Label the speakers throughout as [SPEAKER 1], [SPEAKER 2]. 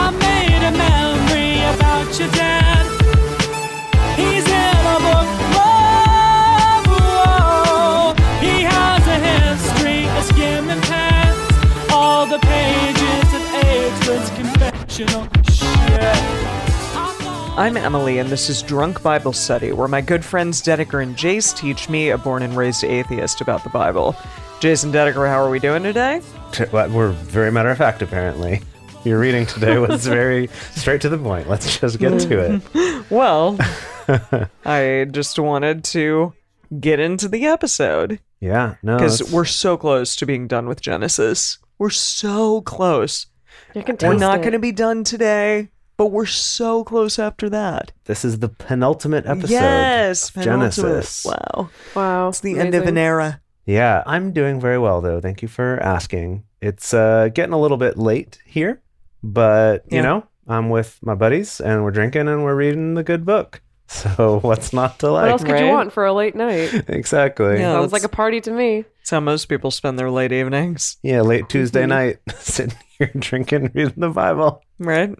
[SPEAKER 1] I made a memory about your dad. He's in a book club. Whoa. He has a history of skimming past all the pages of Edward's confessional shit.
[SPEAKER 2] I'm Emily, and this is Drunk Bible Study, where my good friends Dedeker and Jace teach me, a born and raised atheist, about the Bible. Jason Dedeker, how are we doing today?
[SPEAKER 3] T- well, We're very matter of fact, apparently. Your reading today was very straight to the point. Let's just get to it.
[SPEAKER 2] Mm-hmm. Well, I just wanted to get into the episode
[SPEAKER 3] Yeah, no.
[SPEAKER 2] because
[SPEAKER 3] that's-
[SPEAKER 2] we're so close to being done with Genesis. We're so close.
[SPEAKER 4] You can
[SPEAKER 2] We're
[SPEAKER 4] taste
[SPEAKER 2] not
[SPEAKER 4] it.
[SPEAKER 2] going to be done today, but we're so close after that.
[SPEAKER 3] this is the penultimate episode.
[SPEAKER 2] yes,
[SPEAKER 3] of
[SPEAKER 2] penultimate.
[SPEAKER 3] Genesis.
[SPEAKER 2] Wow,
[SPEAKER 4] Wow,
[SPEAKER 2] it's the end of an era.
[SPEAKER 3] Yeah, I'm doing very well though. Thank you for asking. It's uh, getting a little bit late here, but
[SPEAKER 2] Yeah.
[SPEAKER 3] you know, I'm with my buddies and we're drinking and we're reading the good book. So what's not to
[SPEAKER 4] What
[SPEAKER 3] like?
[SPEAKER 4] else could
[SPEAKER 2] right?
[SPEAKER 4] you want for a late night?
[SPEAKER 3] Exactly.
[SPEAKER 2] Yeah.
[SPEAKER 3] Yeah.
[SPEAKER 4] Sounds
[SPEAKER 2] that's-
[SPEAKER 4] like a party to me.
[SPEAKER 2] It's how most people spend their late evenings, Mm-hmm.
[SPEAKER 3] late Tuesday night, sitting here drinking, reading the Bible.
[SPEAKER 2] right?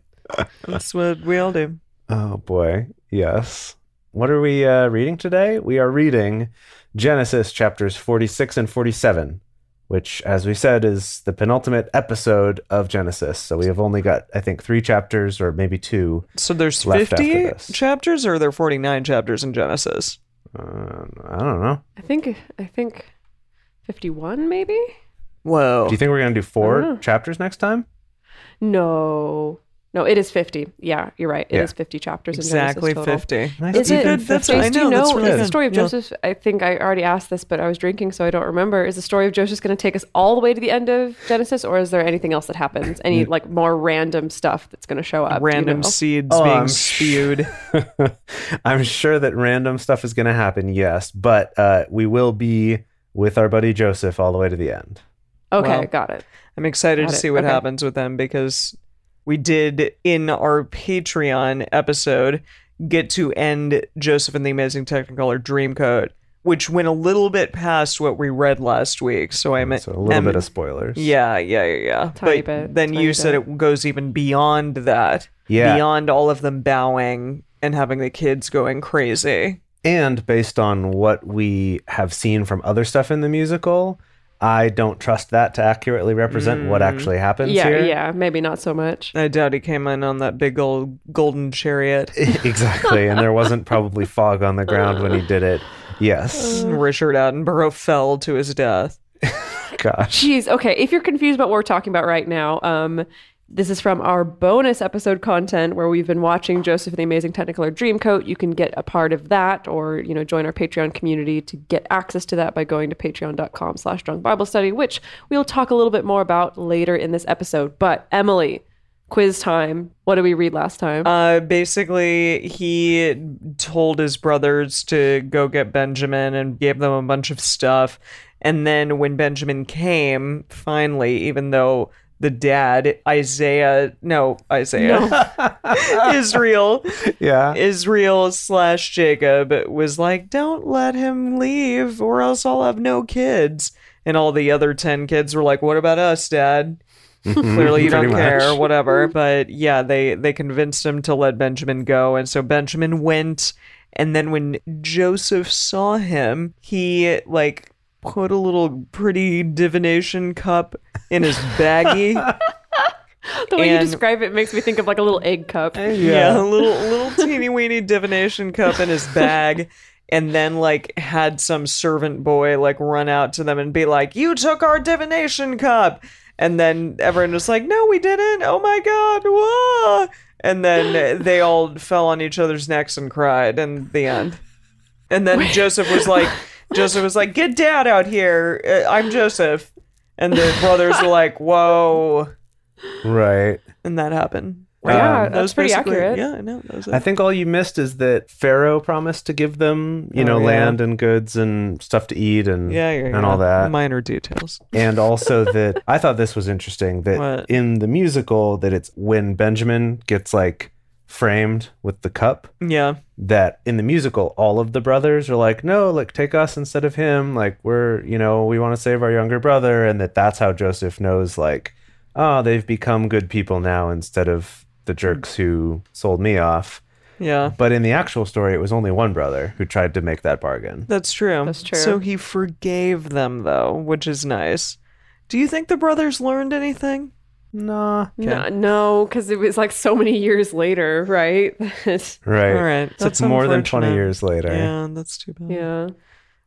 [SPEAKER 2] That's what we all do.
[SPEAKER 3] Oh boy, yes. What are we uh, reading today? We are reading Genesis chapters 46 and 47, which, as we said, is the penultimate episode of Genesis. So we have only got, I think, three chapters or maybe two.
[SPEAKER 2] So there's
[SPEAKER 3] left after
[SPEAKER 2] 50
[SPEAKER 3] this.
[SPEAKER 2] chapters or are there 49 chapters in Genesis?
[SPEAKER 3] Um, I don't know.
[SPEAKER 4] I think I think fifty-one maybe.
[SPEAKER 2] Whoa.
[SPEAKER 3] Do you think we're going to do four
[SPEAKER 4] don't know.
[SPEAKER 3] chapters next time?
[SPEAKER 4] No, no, it is fifty. Yeah, you're right. It is
[SPEAKER 3] Yeah.
[SPEAKER 4] fifty chapters.
[SPEAKER 2] exactly
[SPEAKER 4] in Genesis total.
[SPEAKER 2] 50.
[SPEAKER 3] Nice
[SPEAKER 4] Is
[SPEAKER 3] to
[SPEAKER 4] it?
[SPEAKER 3] Good,
[SPEAKER 2] that's-
[SPEAKER 4] Jace,
[SPEAKER 2] I
[SPEAKER 4] do you
[SPEAKER 2] know, that's
[SPEAKER 4] know
[SPEAKER 2] really
[SPEAKER 4] is the
[SPEAKER 2] good.
[SPEAKER 4] story of
[SPEAKER 2] Yeah.
[SPEAKER 4] Joseph? I think I already asked this, but I was drinking, so I don't remember. Is the story of Joseph going to take us all the way to the end of Genesis, or is there anything else that happens? Any like more random stuff that's going to show up? do you
[SPEAKER 2] Mm. Random
[SPEAKER 4] know?
[SPEAKER 2] seeds
[SPEAKER 3] Oh,
[SPEAKER 2] being
[SPEAKER 3] I'm
[SPEAKER 2] spewed.
[SPEAKER 3] I'm sure that random stuff is going to happen, yes, but uh, we will be with our buddy Joseph all the way to the end.
[SPEAKER 4] Okay,
[SPEAKER 2] Well,
[SPEAKER 4] got it.
[SPEAKER 2] I'm excited
[SPEAKER 4] Got
[SPEAKER 2] to
[SPEAKER 4] it.
[SPEAKER 2] see what
[SPEAKER 4] Okay.
[SPEAKER 2] happens with them because we did in our Patreon episode get to end Joseph and the Amazing Technicolor Dreamcoat, which went a little bit past what we read last week. So I'm
[SPEAKER 3] So a little
[SPEAKER 2] I'm-
[SPEAKER 3] bit of spoilers.
[SPEAKER 2] Yeah, yeah, yeah, yeah.
[SPEAKER 4] Tiny
[SPEAKER 2] but
[SPEAKER 4] bit,
[SPEAKER 2] then you
[SPEAKER 4] tiny
[SPEAKER 2] said
[SPEAKER 4] bit.
[SPEAKER 2] it goes even beyond that.
[SPEAKER 3] Yeah.
[SPEAKER 2] Beyond all of them bowing and having the kids going crazy.
[SPEAKER 3] And based on what we have seen from other stuff in the musical, I don't trust that to accurately represent
[SPEAKER 2] Mm.
[SPEAKER 3] what actually happens
[SPEAKER 4] Yeah,
[SPEAKER 3] here.
[SPEAKER 4] yeah, maybe not so much.
[SPEAKER 2] I doubt he came in on that big old golden chariot.
[SPEAKER 3] exactly. And there wasn't probably fog on the ground when he did it. Yes.
[SPEAKER 2] Richard Attenborough fell to his death.
[SPEAKER 3] Gosh.
[SPEAKER 4] Jeez. Okay. If you're confused about what we're talking about right now, um, this is from our bonus episode content where we've been watching Joseph and the Amazing Technicolor Dreamcoat. You can get a part of that, or you know, join our Patreon community to get access to that by going to patreon.com/slash drunk Bible study, which we'll talk a little bit more about later in this episode. But Emily, quiz time. What did we read last time?
[SPEAKER 2] Uh, basically, he told his brothers to go get Benjamin and gave them a bunch of stuff. And then when Benjamin came, finally, even though the dad, Isaiah, no, Isaiah, Israel,
[SPEAKER 3] Yeah.
[SPEAKER 2] Israel slash Jacob was like, don't let him leave or else I'll have no kids. And all the other 10 kids were like, what about us, dad? Clearly you don't
[SPEAKER 3] pretty
[SPEAKER 2] care,
[SPEAKER 3] much.
[SPEAKER 2] whatever. But yeah, they, they convinced him to let Benjamin go. And so Benjamin went. And then when Joseph saw him, he like put a little pretty divination cup in his baggie.
[SPEAKER 4] the way you
[SPEAKER 2] and-
[SPEAKER 4] describe it makes me think of like a little egg cup.
[SPEAKER 2] Yeah, a little little teeny weeny divination cup in his bag. And then, like, had some servant boy like run out to them and be like, "You took our divination cup," and then everyone was like, "No, we didn't! Oh my god! Whoa!" And then they all fell on each other's necks and cried. And the end. And then Joseph was like, "Joseph was like, get dad out here! Uh, I'm Joseph." And the brothers were like, "Whoa!"
[SPEAKER 3] Right.
[SPEAKER 2] And that happened.
[SPEAKER 4] yeah,
[SPEAKER 3] Um,
[SPEAKER 4] that's pretty
[SPEAKER 2] basically-
[SPEAKER 4] accurate.
[SPEAKER 2] Yeah, I know. That was it.
[SPEAKER 3] I think all you missed is that Pharaoh promised to give them, you
[SPEAKER 2] Oh,
[SPEAKER 3] know,
[SPEAKER 2] yeah.
[SPEAKER 3] land and goods and stuff to eat and
[SPEAKER 2] yeah, yeah,
[SPEAKER 3] and
[SPEAKER 2] yeah.
[SPEAKER 3] all that.
[SPEAKER 2] Minor details.
[SPEAKER 3] and also that I thought this was interesting that
[SPEAKER 2] What?
[SPEAKER 3] in the musical that it's when Benjamin gets like framed with the cup
[SPEAKER 2] Yeah.
[SPEAKER 3] that in the musical all of the brothers are like no like take us instead of him like we're you know we want to save our younger brother and that that's how Joseph knows like oh they've become good people now instead of the jerks who sold me off
[SPEAKER 2] Yeah.
[SPEAKER 3] but in the actual story it was only one brother who tried to make that bargain
[SPEAKER 2] That's true.
[SPEAKER 4] That's true.
[SPEAKER 2] So he forgave them though, which is nice. Do you think the brothers learned anything?
[SPEAKER 3] nah
[SPEAKER 4] No, no, because it was like so many years later, right?
[SPEAKER 3] right
[SPEAKER 2] All right.
[SPEAKER 3] So it's
[SPEAKER 2] that's
[SPEAKER 3] more than 20
[SPEAKER 2] unfortunate.
[SPEAKER 3] years later
[SPEAKER 2] Yeah, that's too bad.
[SPEAKER 4] yeah.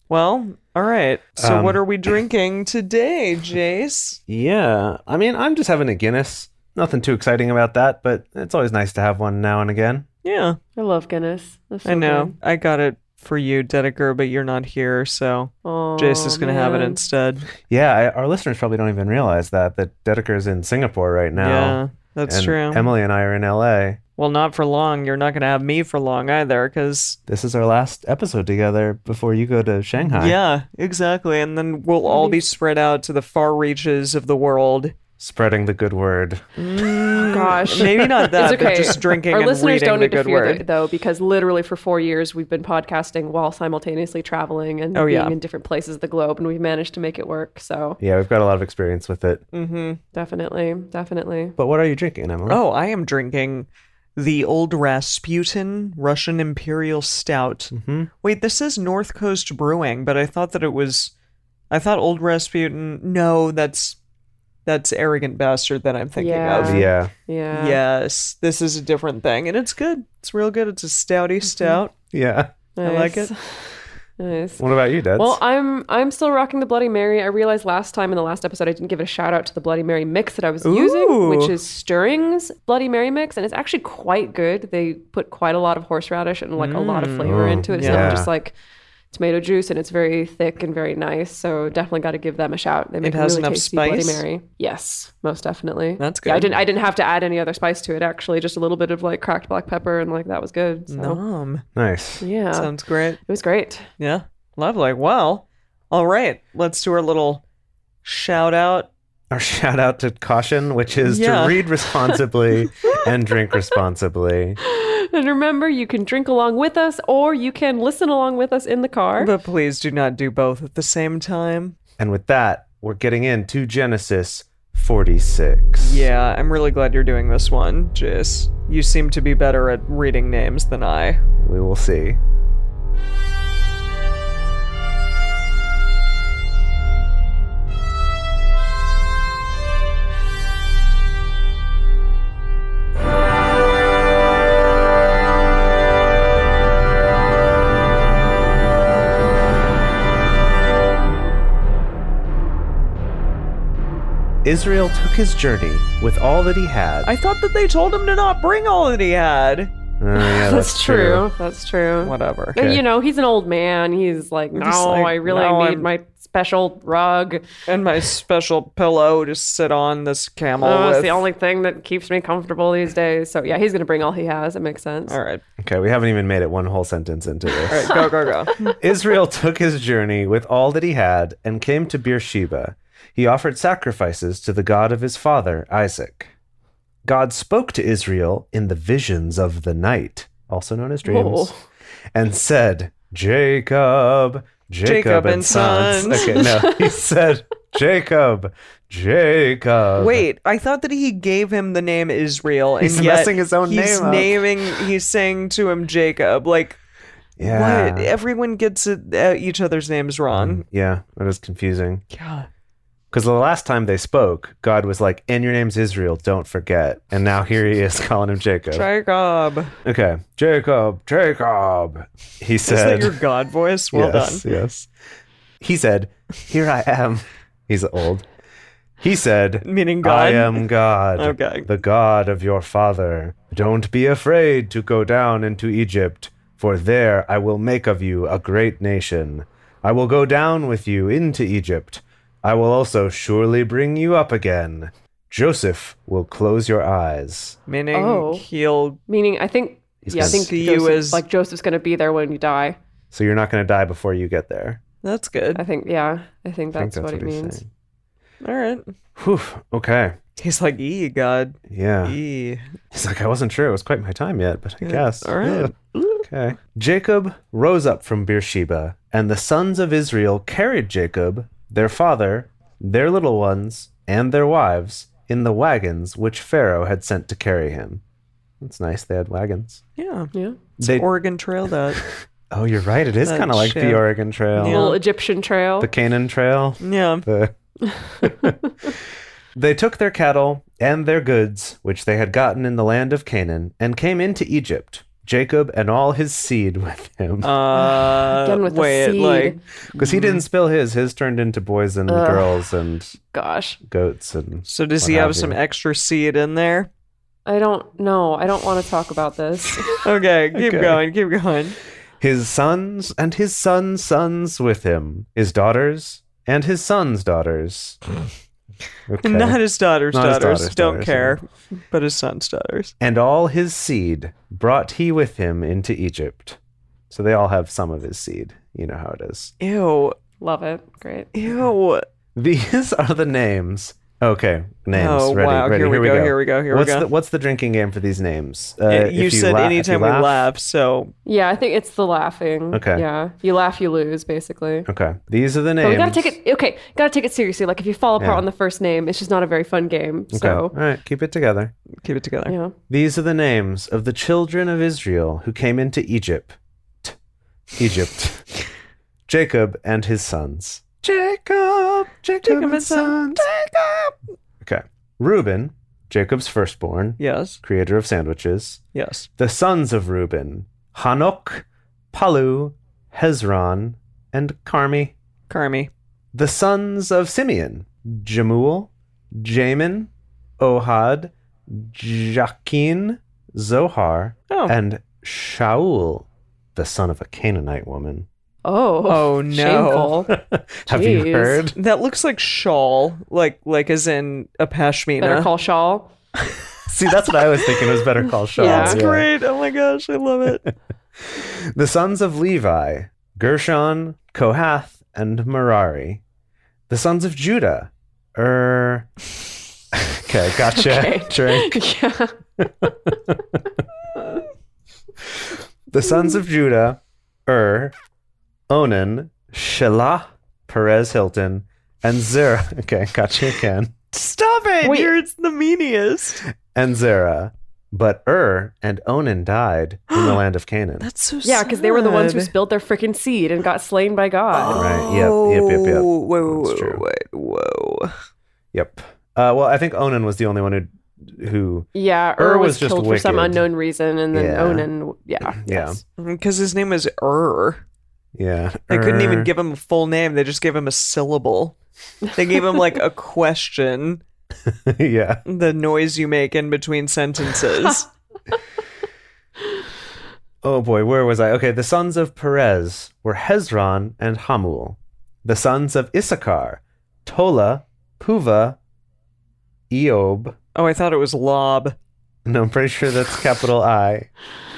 [SPEAKER 2] Well, all right. So
[SPEAKER 3] Um,
[SPEAKER 2] what are we drinking today, Jace?
[SPEAKER 3] Yeah. I mean, I'm just having a Guinness. Nothing too exciting about that, but it's always nice to have one now and again.
[SPEAKER 2] Yeah,
[SPEAKER 4] I love Guinness. That's so
[SPEAKER 2] I know.
[SPEAKER 4] good.
[SPEAKER 2] I got it for you, Dedeker, but you're not here, so Jace is
[SPEAKER 4] Aw,
[SPEAKER 2] gonna have it
[SPEAKER 4] Oh, man.
[SPEAKER 2] instead.
[SPEAKER 3] Yeah, I, our listeners probably don't even realize that that Dedeker's in Singapore right now.
[SPEAKER 2] Yeah, that's
[SPEAKER 3] and
[SPEAKER 2] true.
[SPEAKER 3] Emily and I are in LA.
[SPEAKER 2] well, not for long. You're not gonna have me for long either, because
[SPEAKER 3] This is our last episode together before you go to Shanghai.
[SPEAKER 2] yeah, exactly. And then we'll all be spread out to the far reaches of the world.
[SPEAKER 3] Spreading the good word.
[SPEAKER 4] Gosh.
[SPEAKER 2] Maybe not that,
[SPEAKER 4] it's okay.
[SPEAKER 2] but just drinking
[SPEAKER 4] Our
[SPEAKER 2] and
[SPEAKER 4] listeners
[SPEAKER 2] reading
[SPEAKER 4] don't
[SPEAKER 2] the
[SPEAKER 4] need to
[SPEAKER 2] good
[SPEAKER 4] fear
[SPEAKER 2] word.
[SPEAKER 4] that, though, because literally for four years we've been podcasting while simultaneously traveling and
[SPEAKER 2] Oh,
[SPEAKER 4] being
[SPEAKER 2] yeah.
[SPEAKER 4] in different places of the globe, and we've managed to make it work. So
[SPEAKER 3] Yeah, we've got a lot of experience with it.
[SPEAKER 4] definitely, definitely.
[SPEAKER 3] But what are you drinking, Emily?
[SPEAKER 2] Mm. Oh, I am drinking the old Rasputin Russian Imperial Stout. Wait, this is North Coast Brewing, but I thought that it was. I thought Old Rasputin. No, that's that's Arrogant Bastard that I'm thinking of.
[SPEAKER 3] Yeah.
[SPEAKER 4] Yeah.
[SPEAKER 2] Yes, this is a different thing, and it's good. It's real good. It's a
[SPEAKER 4] Mm-hmm.
[SPEAKER 2] stouty stout.
[SPEAKER 3] Yeah.
[SPEAKER 2] I like it.
[SPEAKER 4] Nice.
[SPEAKER 3] What about you, Dad?
[SPEAKER 4] Well, I'm I'm still rocking the Bloody Mary. I realized last time in the last episode I didn't give a shout out to the Bloody Mary mix that I was
[SPEAKER 2] Ooh.
[SPEAKER 4] using, which is Stirrings Bloody Mary mix, and it's actually quite good. They put quite a lot of horseradish and like a lot of flavor
[SPEAKER 2] Oh,
[SPEAKER 3] Mm.
[SPEAKER 4] into it. It's
[SPEAKER 3] Yeah.
[SPEAKER 4] not just like tomato juice, and it's very thick and very nice. So definitely got to give them a shout. They make
[SPEAKER 2] has
[SPEAKER 4] really
[SPEAKER 2] enough
[SPEAKER 4] tasty
[SPEAKER 2] spice?
[SPEAKER 4] Bloody Mary. Yes, most definitely.
[SPEAKER 2] That's
[SPEAKER 4] Yeah, I
[SPEAKER 2] good.
[SPEAKER 4] didn't I didn't have to add any other spice to it actually. Just a little bit of like cracked black pepper, and like that was good. So
[SPEAKER 2] Nom.
[SPEAKER 3] nice.
[SPEAKER 4] yeah,
[SPEAKER 2] Sounds great.
[SPEAKER 4] it was great.
[SPEAKER 2] Yeah, lovely. Well, all right. Let's do our little shout out.
[SPEAKER 3] Our shout out to caution, which is
[SPEAKER 2] Yeah.
[SPEAKER 3] to read responsibly and drink responsibly.
[SPEAKER 4] And remember, you can drink along with us or you can listen along with us in the car.
[SPEAKER 2] But please do not do both at the same time.
[SPEAKER 3] And with that, we're getting into Genesis 46.
[SPEAKER 2] Yeah, I'm really glad you're doing this one, Jis. You seem to be better at reading names than I.
[SPEAKER 3] We will see. Israel took his journey with all that he had.
[SPEAKER 2] I thought that they told him to not bring all that he had.
[SPEAKER 3] Oh, yeah,
[SPEAKER 4] that's, true. That's true.
[SPEAKER 2] Whatever.
[SPEAKER 4] And, you know, he's an old man. He's like, no,
[SPEAKER 2] just like,
[SPEAKER 4] I really
[SPEAKER 2] no,
[SPEAKER 4] need
[SPEAKER 2] I'm-
[SPEAKER 4] my special rug.
[SPEAKER 2] And my special pillow to sit on this camel
[SPEAKER 4] Oh, it's
[SPEAKER 2] with.
[SPEAKER 4] the only thing that keeps me comfortable these days. So, yeah, he's going to bring all he has. It makes sense.
[SPEAKER 2] All right.
[SPEAKER 3] Okay, we haven't even made it one whole sentence into
[SPEAKER 2] All
[SPEAKER 3] this.
[SPEAKER 2] right. Go, go, go.
[SPEAKER 3] Israel took his journey with all that he had and came to Beersheba. He offered sacrifices to the God of his father, Isaac. God spoke to Israel in the visions of the night, also known as dreams,
[SPEAKER 4] Oh.
[SPEAKER 3] and said, Jacob, Jacob,
[SPEAKER 2] Jacob
[SPEAKER 3] and
[SPEAKER 2] and
[SPEAKER 3] sons.
[SPEAKER 2] sons.
[SPEAKER 3] Okay, no, he said, Jacob, Jacob.
[SPEAKER 2] Wait, I thought that he gave him the name Israel. And
[SPEAKER 3] He's
[SPEAKER 2] yet
[SPEAKER 3] messing his own
[SPEAKER 2] he's
[SPEAKER 3] name up.
[SPEAKER 2] naming, he's saying to him Jacob. Like,
[SPEAKER 3] yeah. Mm.
[SPEAKER 2] what? Everyone gets it, uh, each other's names wrong.
[SPEAKER 3] Yeah, that is confusing.
[SPEAKER 2] God.
[SPEAKER 3] Because the last time they spoke, God was like, and your name's Israel, don't forget. And now here he is calling him Jacob.
[SPEAKER 2] Jacob.
[SPEAKER 3] okay. Jacob, Jacob. He
[SPEAKER 2] Is that
[SPEAKER 3] said,
[SPEAKER 2] your God voice? Well done.
[SPEAKER 3] yes, yes. He said, here I am. He's old. He said,
[SPEAKER 2] Meaning God?
[SPEAKER 3] I am God,
[SPEAKER 2] Okay.
[SPEAKER 3] the God of your father. Don't be afraid to go down into Egypt, for there I will make of you a great nation. I will go down with you into Egypt. I will also surely bring you up again. Joseph will close your eyes.
[SPEAKER 2] Meaning
[SPEAKER 4] Oh.
[SPEAKER 2] he'll
[SPEAKER 4] Meaning, I think.
[SPEAKER 3] He's
[SPEAKER 4] yeah, I
[SPEAKER 3] gonna
[SPEAKER 4] think
[SPEAKER 2] see you
[SPEAKER 4] Joseph,
[SPEAKER 2] as-
[SPEAKER 4] like Joseph's going to be there when you die.
[SPEAKER 3] So you're not going to die before you get there.
[SPEAKER 2] that's good.
[SPEAKER 4] I think. Yeah, I think
[SPEAKER 3] I think
[SPEAKER 4] that's, what, it
[SPEAKER 3] he's
[SPEAKER 4] means.
[SPEAKER 3] saying.
[SPEAKER 2] All right.
[SPEAKER 3] Whew. Okay.
[SPEAKER 2] He's like, "E God,
[SPEAKER 3] Yeah.
[SPEAKER 2] e."
[SPEAKER 3] He's like, I wasn't sure it was quite my time yet, but I guess.
[SPEAKER 2] all right.
[SPEAKER 3] Ugh. Okay. Jacob rose up from Beersheba, and the sons of Israel carried Jacob, their father, their little ones, and their wives in the wagons which Pharaoh had sent to carry him. That's nice. They had wagons.
[SPEAKER 2] Yeah.
[SPEAKER 4] Yeah.
[SPEAKER 3] They,
[SPEAKER 2] Oregon Trail that.
[SPEAKER 3] oh, you're right. It is
[SPEAKER 2] That
[SPEAKER 3] kind of like the
[SPEAKER 2] shit.
[SPEAKER 3] Oregon Trail,
[SPEAKER 2] Yeah.
[SPEAKER 4] Little Egyptian trail.
[SPEAKER 3] the Canaan Trail.
[SPEAKER 2] Yeah.
[SPEAKER 3] The- they took their cattle and their goods, which they had gotten in the land of Canaan, and came into Egypt, Jacob and all his seed with him.
[SPEAKER 2] Uh,
[SPEAKER 4] Done with the
[SPEAKER 2] wait,
[SPEAKER 4] seed.
[SPEAKER 2] like
[SPEAKER 3] Because he didn't spill his. His turned into boys and
[SPEAKER 4] Ugh.
[SPEAKER 3] girls and
[SPEAKER 4] Gosh,
[SPEAKER 3] goats and.
[SPEAKER 2] so does he
[SPEAKER 3] What
[SPEAKER 2] have,
[SPEAKER 3] have
[SPEAKER 2] some
[SPEAKER 3] you.
[SPEAKER 2] extra seed in there?
[SPEAKER 4] I don't know. I don't want to talk about this.
[SPEAKER 2] Okay, keep going, keep going.
[SPEAKER 3] His sons and his sons' sons with him. His daughters and his sons' daughters. Okay.
[SPEAKER 2] Not his daughter's
[SPEAKER 3] Not his
[SPEAKER 2] daughters.
[SPEAKER 3] daughter's
[SPEAKER 2] Don't
[SPEAKER 3] daughters,
[SPEAKER 2] care. But his son's daughters.
[SPEAKER 3] and all his seed brought he with him into Egypt. So they all have some of his seed. You know how it is.
[SPEAKER 2] Ew.
[SPEAKER 4] Love it. Great.
[SPEAKER 2] Ew.
[SPEAKER 3] Uh, These are the names. Okay, names.
[SPEAKER 2] Oh,
[SPEAKER 3] ready,
[SPEAKER 2] wow.
[SPEAKER 3] ready.
[SPEAKER 2] Here we go, here we go, here we
[SPEAKER 3] what's
[SPEAKER 2] go.
[SPEAKER 3] The, what's the drinking game for these names? Uh,
[SPEAKER 2] Yeah,
[SPEAKER 3] if
[SPEAKER 2] you said
[SPEAKER 3] la- if
[SPEAKER 2] anytime we laugh, so
[SPEAKER 4] Yeah, I think it's the laughing.
[SPEAKER 3] Okay.
[SPEAKER 4] Yeah, you laugh, you lose, basically.
[SPEAKER 3] Okay, these are the names.
[SPEAKER 4] But we gotta take it. Okay, gotta take it seriously. Like if you fall apart
[SPEAKER 3] Yeah.
[SPEAKER 4] on the first name, it's just not a very fun game.
[SPEAKER 3] Okay. All
[SPEAKER 4] So
[SPEAKER 3] right, keep it together.
[SPEAKER 2] keep it together.
[SPEAKER 4] yeah,
[SPEAKER 3] These are the names of the children of Israel who came into Egypt. T- Egypt. Jacob and his sons. Jacob, Jacob,
[SPEAKER 2] and
[SPEAKER 3] and sons. Jacob. Okay. Reuben, Jacob's firstborn,
[SPEAKER 2] Yes.
[SPEAKER 3] creator of sandwiches.
[SPEAKER 2] Yes.
[SPEAKER 3] The sons of Reuben, Hanok, Palu, Hezron, and Carmi.
[SPEAKER 2] Carmi.
[SPEAKER 3] The sons of Simeon, Jemuel, Jamin, Ohad, Jachin, Zohar,
[SPEAKER 2] Oh.
[SPEAKER 3] and Shaul, the son of a Canaanite woman.
[SPEAKER 4] Oh,
[SPEAKER 2] Oh, no.
[SPEAKER 4] shameful.
[SPEAKER 3] Have you
[SPEAKER 4] Jeez.
[SPEAKER 3] heard?
[SPEAKER 2] That looks like shawl, like like as in a pashmina.
[SPEAKER 4] Better call Shaw.
[SPEAKER 3] See, that's what I was thinking was better call Shaul.
[SPEAKER 4] Yeah.
[SPEAKER 2] That's great. Oh my gosh, I love it.
[SPEAKER 3] The sons of Levi, Gershon, Kohath, and Merari. The sons of Judah, Er. okay, gotcha.
[SPEAKER 4] Okay.
[SPEAKER 3] Drink.
[SPEAKER 4] yeah.
[SPEAKER 3] The sons of Judah, Er, Onan, Shelah, Perez Hilton, and Zerah. Okay, gotcha again.
[SPEAKER 2] Stop it.
[SPEAKER 4] Wait.
[SPEAKER 2] You're it's the meaniest.
[SPEAKER 3] And Zerah. But Er and Onan died in the land of Canaan.
[SPEAKER 2] That's so
[SPEAKER 4] Yeah, because they were the ones who
[SPEAKER 2] sad.
[SPEAKER 4] spilled their freaking seed and got slain by God.
[SPEAKER 3] Right, yep, yep, yep, yep.
[SPEAKER 2] Oh, Wait, wait,
[SPEAKER 3] That's
[SPEAKER 2] wait,
[SPEAKER 3] true.
[SPEAKER 2] wait, whoa.
[SPEAKER 3] yep. Uh, well, I think Onan was the only one who, who
[SPEAKER 4] Yeah,
[SPEAKER 3] Ur
[SPEAKER 4] Ur was,
[SPEAKER 3] was just
[SPEAKER 4] killed for some
[SPEAKER 3] wicked.
[SPEAKER 4] unknown reason, and then
[SPEAKER 3] Yeah.
[SPEAKER 4] Onan. Yeah.
[SPEAKER 3] Yeah.
[SPEAKER 4] yes.
[SPEAKER 2] Because his name is Ur.
[SPEAKER 3] yeah.
[SPEAKER 2] They couldn't
[SPEAKER 3] Er.
[SPEAKER 2] even give him a full name. They just gave him a syllable. They gave him like a question,
[SPEAKER 3] yeah.
[SPEAKER 2] the noise you make in between sentences.
[SPEAKER 3] Oh boy, where was I? Okay, the sons of Perez were Hezron and Hamul. The sons of Issachar, Tola, Puva, Eob.
[SPEAKER 2] oh, I thought it was Lob.
[SPEAKER 3] And I'm pretty sure that's capital I.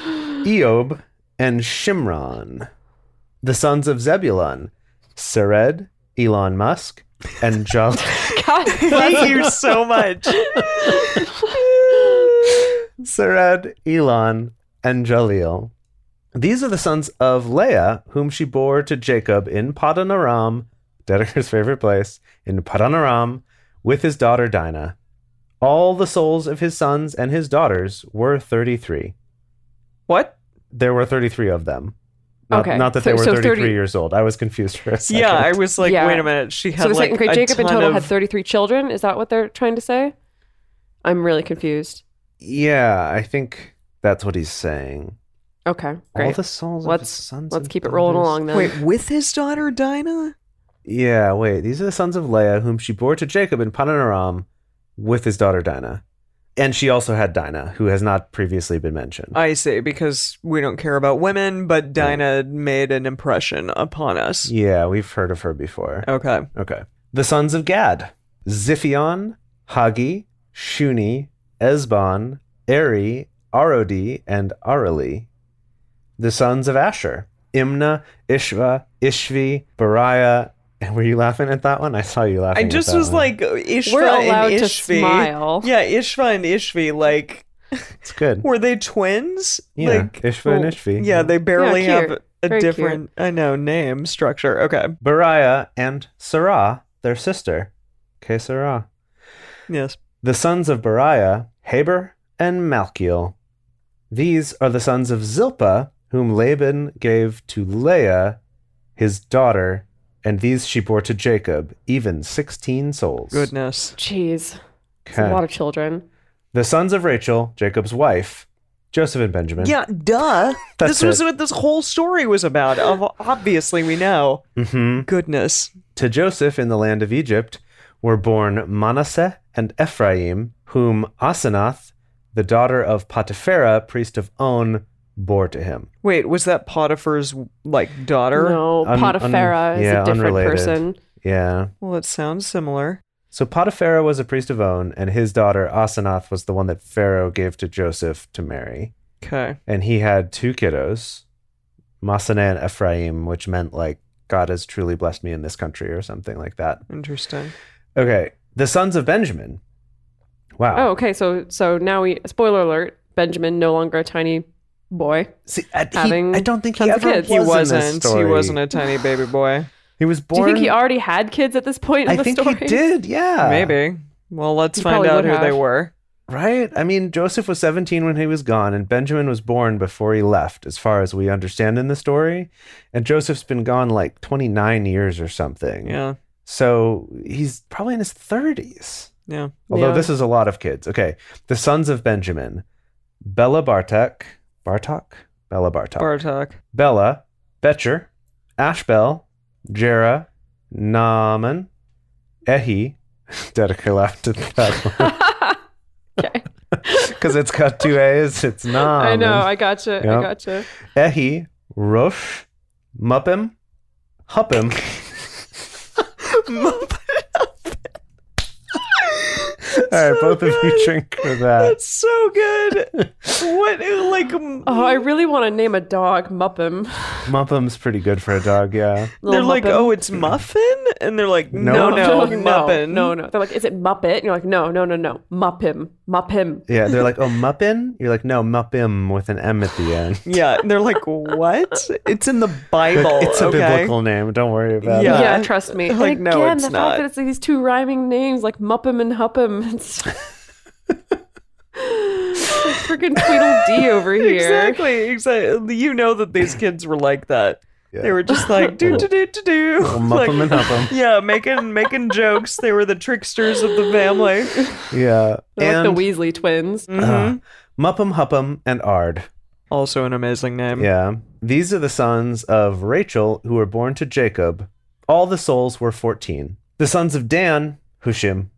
[SPEAKER 3] Eob and Shimron. The sons of Zebulun, Sered, Elon Musk, and Jal.
[SPEAKER 4] God,
[SPEAKER 2] Thank you so much.
[SPEAKER 3] Sered, Elon, and Jalil. These are the sons of Leah, whom she bore to Jacob in Padanaram, Dedeker's favorite place, in Padanaram, with his daughter Dinah. All the souls of his sons and his daughters were 33.
[SPEAKER 2] What?
[SPEAKER 3] There were 33 of them. Not,
[SPEAKER 4] Okay.
[SPEAKER 3] not that
[SPEAKER 4] So-
[SPEAKER 3] they were
[SPEAKER 4] so
[SPEAKER 3] 33
[SPEAKER 4] 30
[SPEAKER 3] years old. I was confused for a second.
[SPEAKER 2] Yeah, I was like,
[SPEAKER 4] Yeah.
[SPEAKER 2] wait a minute. She had
[SPEAKER 4] so the
[SPEAKER 2] like
[SPEAKER 4] second grade
[SPEAKER 2] a
[SPEAKER 4] Jacob in
[SPEAKER 2] ton
[SPEAKER 4] total
[SPEAKER 2] of-
[SPEAKER 4] had 33 children. Is that what they're trying to say? I'm really confused.
[SPEAKER 3] Yeah, I think that's what he's saying.
[SPEAKER 4] Okay,
[SPEAKER 3] All
[SPEAKER 4] great.
[SPEAKER 3] the souls of his
[SPEAKER 4] Let's-
[SPEAKER 3] sons.
[SPEAKER 4] Let's
[SPEAKER 3] and
[SPEAKER 4] keep it rolling
[SPEAKER 3] daughters.
[SPEAKER 4] along then.
[SPEAKER 2] Wait, with his daughter Dinah?
[SPEAKER 3] Yeah, wait. These are the sons of Leah, whom she bore to Jacob in Padanaram with his daughter Dinah. And she also had Dinah, who has not previously been mentioned.
[SPEAKER 2] I see, because we don't care about women, but Dinah made an impression upon us.
[SPEAKER 3] yeah, we've heard of her before.
[SPEAKER 2] Okay.
[SPEAKER 3] Okay. The sons of Gad Ziphion, Hagi, Shuni, Esbon, Eri, Arodi, and Arali. The sons of Asher, Imna, Ishva, Ishvi, Beriah. And were you laughing at that one? I saw you
[SPEAKER 2] I
[SPEAKER 3] laughing. at
[SPEAKER 2] just
[SPEAKER 3] that
[SPEAKER 2] was
[SPEAKER 3] one.
[SPEAKER 2] like Ishva
[SPEAKER 4] We're allowed
[SPEAKER 2] and
[SPEAKER 4] to
[SPEAKER 2] Ishvi.
[SPEAKER 4] smile.
[SPEAKER 2] Yeah, Ishva and Ishvi. Like,
[SPEAKER 3] it's good.
[SPEAKER 2] were they twins?
[SPEAKER 3] Yeah,
[SPEAKER 2] Like,
[SPEAKER 3] Ishva and Ishvi.
[SPEAKER 2] yeah, they barely
[SPEAKER 4] Yeah, cute.
[SPEAKER 2] have a
[SPEAKER 4] Very cute.
[SPEAKER 2] different. I know name structure. Okay.
[SPEAKER 3] Beriah and Sarah, their sister. Okay, Sarah.
[SPEAKER 2] Yes.
[SPEAKER 3] The sons of Beriah, Haber and Malkiel. These are the sons of Zilpah, whom Laban gave to Leah, his daughter, and these she bore to Jacob, even sixteen souls.
[SPEAKER 2] Goodness.
[SPEAKER 4] Jeez. It's
[SPEAKER 3] Okay.
[SPEAKER 4] a lot of children.
[SPEAKER 3] The sons of Rachel, Jacob's wife, Joseph and Benjamin.
[SPEAKER 2] Yeah. Duh.
[SPEAKER 3] That's
[SPEAKER 2] this was
[SPEAKER 3] it.
[SPEAKER 2] what this whole story was about. Ob- Obviously, we know.
[SPEAKER 3] hmm
[SPEAKER 2] Goodness.
[SPEAKER 3] To Joseph in the land of Egypt were born Manasseh and Ephraim, whom Asenath, the daughter of Potipharah, priest of On, bore to him.
[SPEAKER 2] Wait, was that Potiphar's like daughter?
[SPEAKER 4] No,
[SPEAKER 3] Un- un-
[SPEAKER 4] Potipharah is
[SPEAKER 3] yeah,
[SPEAKER 4] a different
[SPEAKER 3] unrelated.
[SPEAKER 4] person.
[SPEAKER 3] Yeah.
[SPEAKER 2] Well, it sounds similar.
[SPEAKER 3] So Potipharah was a priest of On, and his daughter Asenath was the one that Pharaoh gave to Joseph to marry.
[SPEAKER 2] Okay.
[SPEAKER 3] And he had two kiddos, Masaneh and Ephraim, which meant like God has truly blessed me in this country or something like that.
[SPEAKER 2] Interesting.
[SPEAKER 3] Okay. The sons of Benjamin. Wow.
[SPEAKER 4] Oh, okay. So so now we spoiler alert, Benjamin no longer a tiny boy.
[SPEAKER 3] See, I, he-
[SPEAKER 4] Having
[SPEAKER 3] I don't think he
[SPEAKER 4] tons of
[SPEAKER 3] ever
[SPEAKER 4] kids.
[SPEAKER 3] was
[SPEAKER 2] He
[SPEAKER 3] in this
[SPEAKER 2] wasn't. He
[SPEAKER 3] story.
[SPEAKER 2] wasn't a tiny baby boy.
[SPEAKER 3] He was
[SPEAKER 4] Do
[SPEAKER 3] born.
[SPEAKER 4] you think he already had kids at this point in
[SPEAKER 3] I
[SPEAKER 4] the
[SPEAKER 3] think
[SPEAKER 4] story?
[SPEAKER 3] he did. Yeah,
[SPEAKER 2] Maybe. Well, let's
[SPEAKER 4] He
[SPEAKER 2] find
[SPEAKER 4] probably
[SPEAKER 2] out
[SPEAKER 4] would
[SPEAKER 2] who they
[SPEAKER 4] have.
[SPEAKER 2] were.
[SPEAKER 3] Right? I mean, Joseph was 17 when he was gone, and Benjamin was born before he left, as far as we understand in the story. And Joseph's been gone like 29 years or something.
[SPEAKER 2] Yeah.
[SPEAKER 3] So he's probably in his 30s.
[SPEAKER 2] Yeah.
[SPEAKER 3] Although
[SPEAKER 4] Yeah.
[SPEAKER 3] this is a lot of kids. Okay. The sons of Benjamin Bella Bartok. Bartok? Bella Bartok.
[SPEAKER 2] Bartok.
[SPEAKER 3] Bella, Betcher, Ashbel, Jera, Naaman, Ehi. Dedeker laughed at that one
[SPEAKER 4] okay.
[SPEAKER 3] because it's got two A's. It's Naaman.
[SPEAKER 4] I know. I gotcha.
[SPEAKER 3] Um, Yeah.
[SPEAKER 4] I gotcha.
[SPEAKER 3] Ehi, Rosh, Muppim, Huppim. All right,
[SPEAKER 2] So
[SPEAKER 3] both of
[SPEAKER 2] good.
[SPEAKER 3] you drink for that.
[SPEAKER 2] That's so good. what like m-
[SPEAKER 4] Oh, I really want to name a dog Muppum.
[SPEAKER 3] Muppim's pretty good for a dog, yeah.
[SPEAKER 2] they're like, "Oh, it's muffin?" And they're like, "No,
[SPEAKER 3] No.
[SPEAKER 2] no,
[SPEAKER 4] no,
[SPEAKER 2] muffin."
[SPEAKER 4] No, no. They're like, is it Muppet? And you're like, no, no, no, no. Muppim. Muppim.
[SPEAKER 3] Yeah, they're like, oh, Muppin? You're like, no, Muppim with an M at the end.
[SPEAKER 2] Yeah, and they're like, "What? It's in the Bible."
[SPEAKER 3] It's a
[SPEAKER 2] okay?
[SPEAKER 3] biblical name. Don't worry about
[SPEAKER 2] Yeah.
[SPEAKER 4] Yeah,
[SPEAKER 3] it.
[SPEAKER 4] trust me.
[SPEAKER 2] Like,
[SPEAKER 4] and
[SPEAKER 2] no,
[SPEAKER 4] again,
[SPEAKER 2] it's
[SPEAKER 4] the
[SPEAKER 2] not.
[SPEAKER 4] fact that it's like these two rhyming names, like Muppum and Huppum. It's It's freaking Tweedledee over here.
[SPEAKER 2] Exactly, exactly. You know that these kids were like that. They were just like do do do do do. Like,
[SPEAKER 3] Muppim and Huppim.
[SPEAKER 2] yeah, making making jokes. They were the tricksters of the family. Mm-hmm.
[SPEAKER 3] Yeah.
[SPEAKER 4] They're
[SPEAKER 3] and
[SPEAKER 4] like the Weasley twins.
[SPEAKER 2] Mm.
[SPEAKER 3] uh, Muppum, Huppum, and Ard.
[SPEAKER 2] Also, an amazing name.
[SPEAKER 3] Yeah. These are the sons of Rachel who were born to Jacob. All the souls were 14. The sons of Dan, Hushim.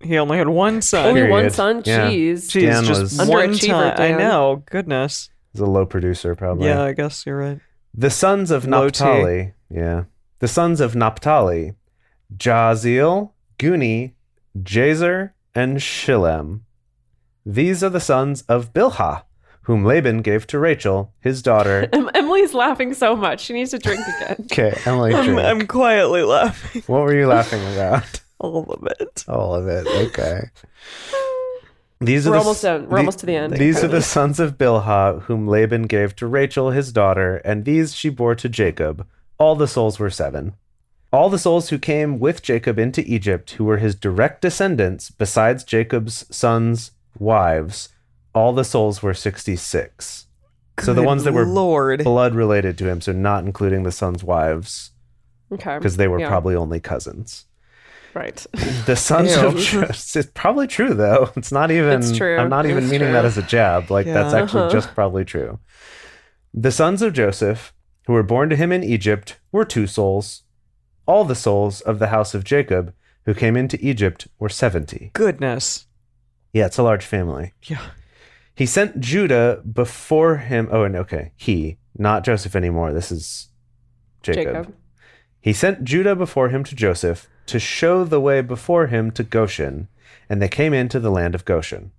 [SPEAKER 2] He only had one son.
[SPEAKER 4] Only one
[SPEAKER 3] Period.
[SPEAKER 4] son.
[SPEAKER 3] Yeah.
[SPEAKER 4] Jeez.
[SPEAKER 2] Jeez,
[SPEAKER 3] Dan
[SPEAKER 2] just
[SPEAKER 3] was-
[SPEAKER 2] one
[SPEAKER 4] Oh,
[SPEAKER 2] time.
[SPEAKER 4] Underachiever
[SPEAKER 2] I
[SPEAKER 4] Dan.
[SPEAKER 2] know. Goodness.
[SPEAKER 3] He's a low producer, probably.
[SPEAKER 2] Yeah, I guess you're right.
[SPEAKER 3] The sons of
[SPEAKER 2] Low T.
[SPEAKER 3] Naphtali. Yeah. The sons of Naphtali. Jaziel, Guni, Jazer, and Shillem. These are the sons of Bilhah, whom Laban gave to Rachel, his daughter.
[SPEAKER 4] Em- Emily's laughing so much. She needs to drink again.
[SPEAKER 3] okay, Emily.
[SPEAKER 2] I'm,
[SPEAKER 3] drink.
[SPEAKER 2] I'm quietly laughing
[SPEAKER 3] What were you laughing about?
[SPEAKER 2] all of it.
[SPEAKER 3] All of it. Okay. These
[SPEAKER 4] We're
[SPEAKER 3] the
[SPEAKER 4] almost
[SPEAKER 3] s-
[SPEAKER 4] done. We're almost to the end.
[SPEAKER 3] These are the sons of Bilhah, whom Laban gave to Rachel, his daughter, and these she bore to Jacob. All the souls were seven. All the souls who came with Jacob into Egypt, who were his direct descendants, besides Jacob's sons' wives, all the souls were 66. So the
[SPEAKER 2] Good
[SPEAKER 3] ones that were
[SPEAKER 2] Lord.
[SPEAKER 3] blood related to him, so not including the sons' wives,
[SPEAKER 4] Okay.
[SPEAKER 3] because they were
[SPEAKER 4] Yeah,
[SPEAKER 3] probably only cousins.
[SPEAKER 4] right.
[SPEAKER 3] The sons
[SPEAKER 2] Ew.
[SPEAKER 3] of Joseph. It's probably true though. It's not even.
[SPEAKER 4] It's true.
[SPEAKER 3] I'm not even
[SPEAKER 4] It's
[SPEAKER 3] meaning
[SPEAKER 4] true.
[SPEAKER 3] that as a jab. Like that's
[SPEAKER 2] Yeah.
[SPEAKER 3] actually
[SPEAKER 4] Uh-huh.
[SPEAKER 3] just probably true. The sons of Joseph, who were born to him in Egypt, were two souls. All the souls of the house of Jacob who came into Egypt were seventy.
[SPEAKER 2] Goodness.
[SPEAKER 3] Yeah, it's a large family.
[SPEAKER 2] Yeah.
[SPEAKER 3] He sent Judah before him. Oh, and okay, he, not Joseph anymore. This is Jacob.
[SPEAKER 4] Jacob.
[SPEAKER 3] He sent Judah before him to Joseph to show the way before him to Goshen, and they came into the land of Goshen.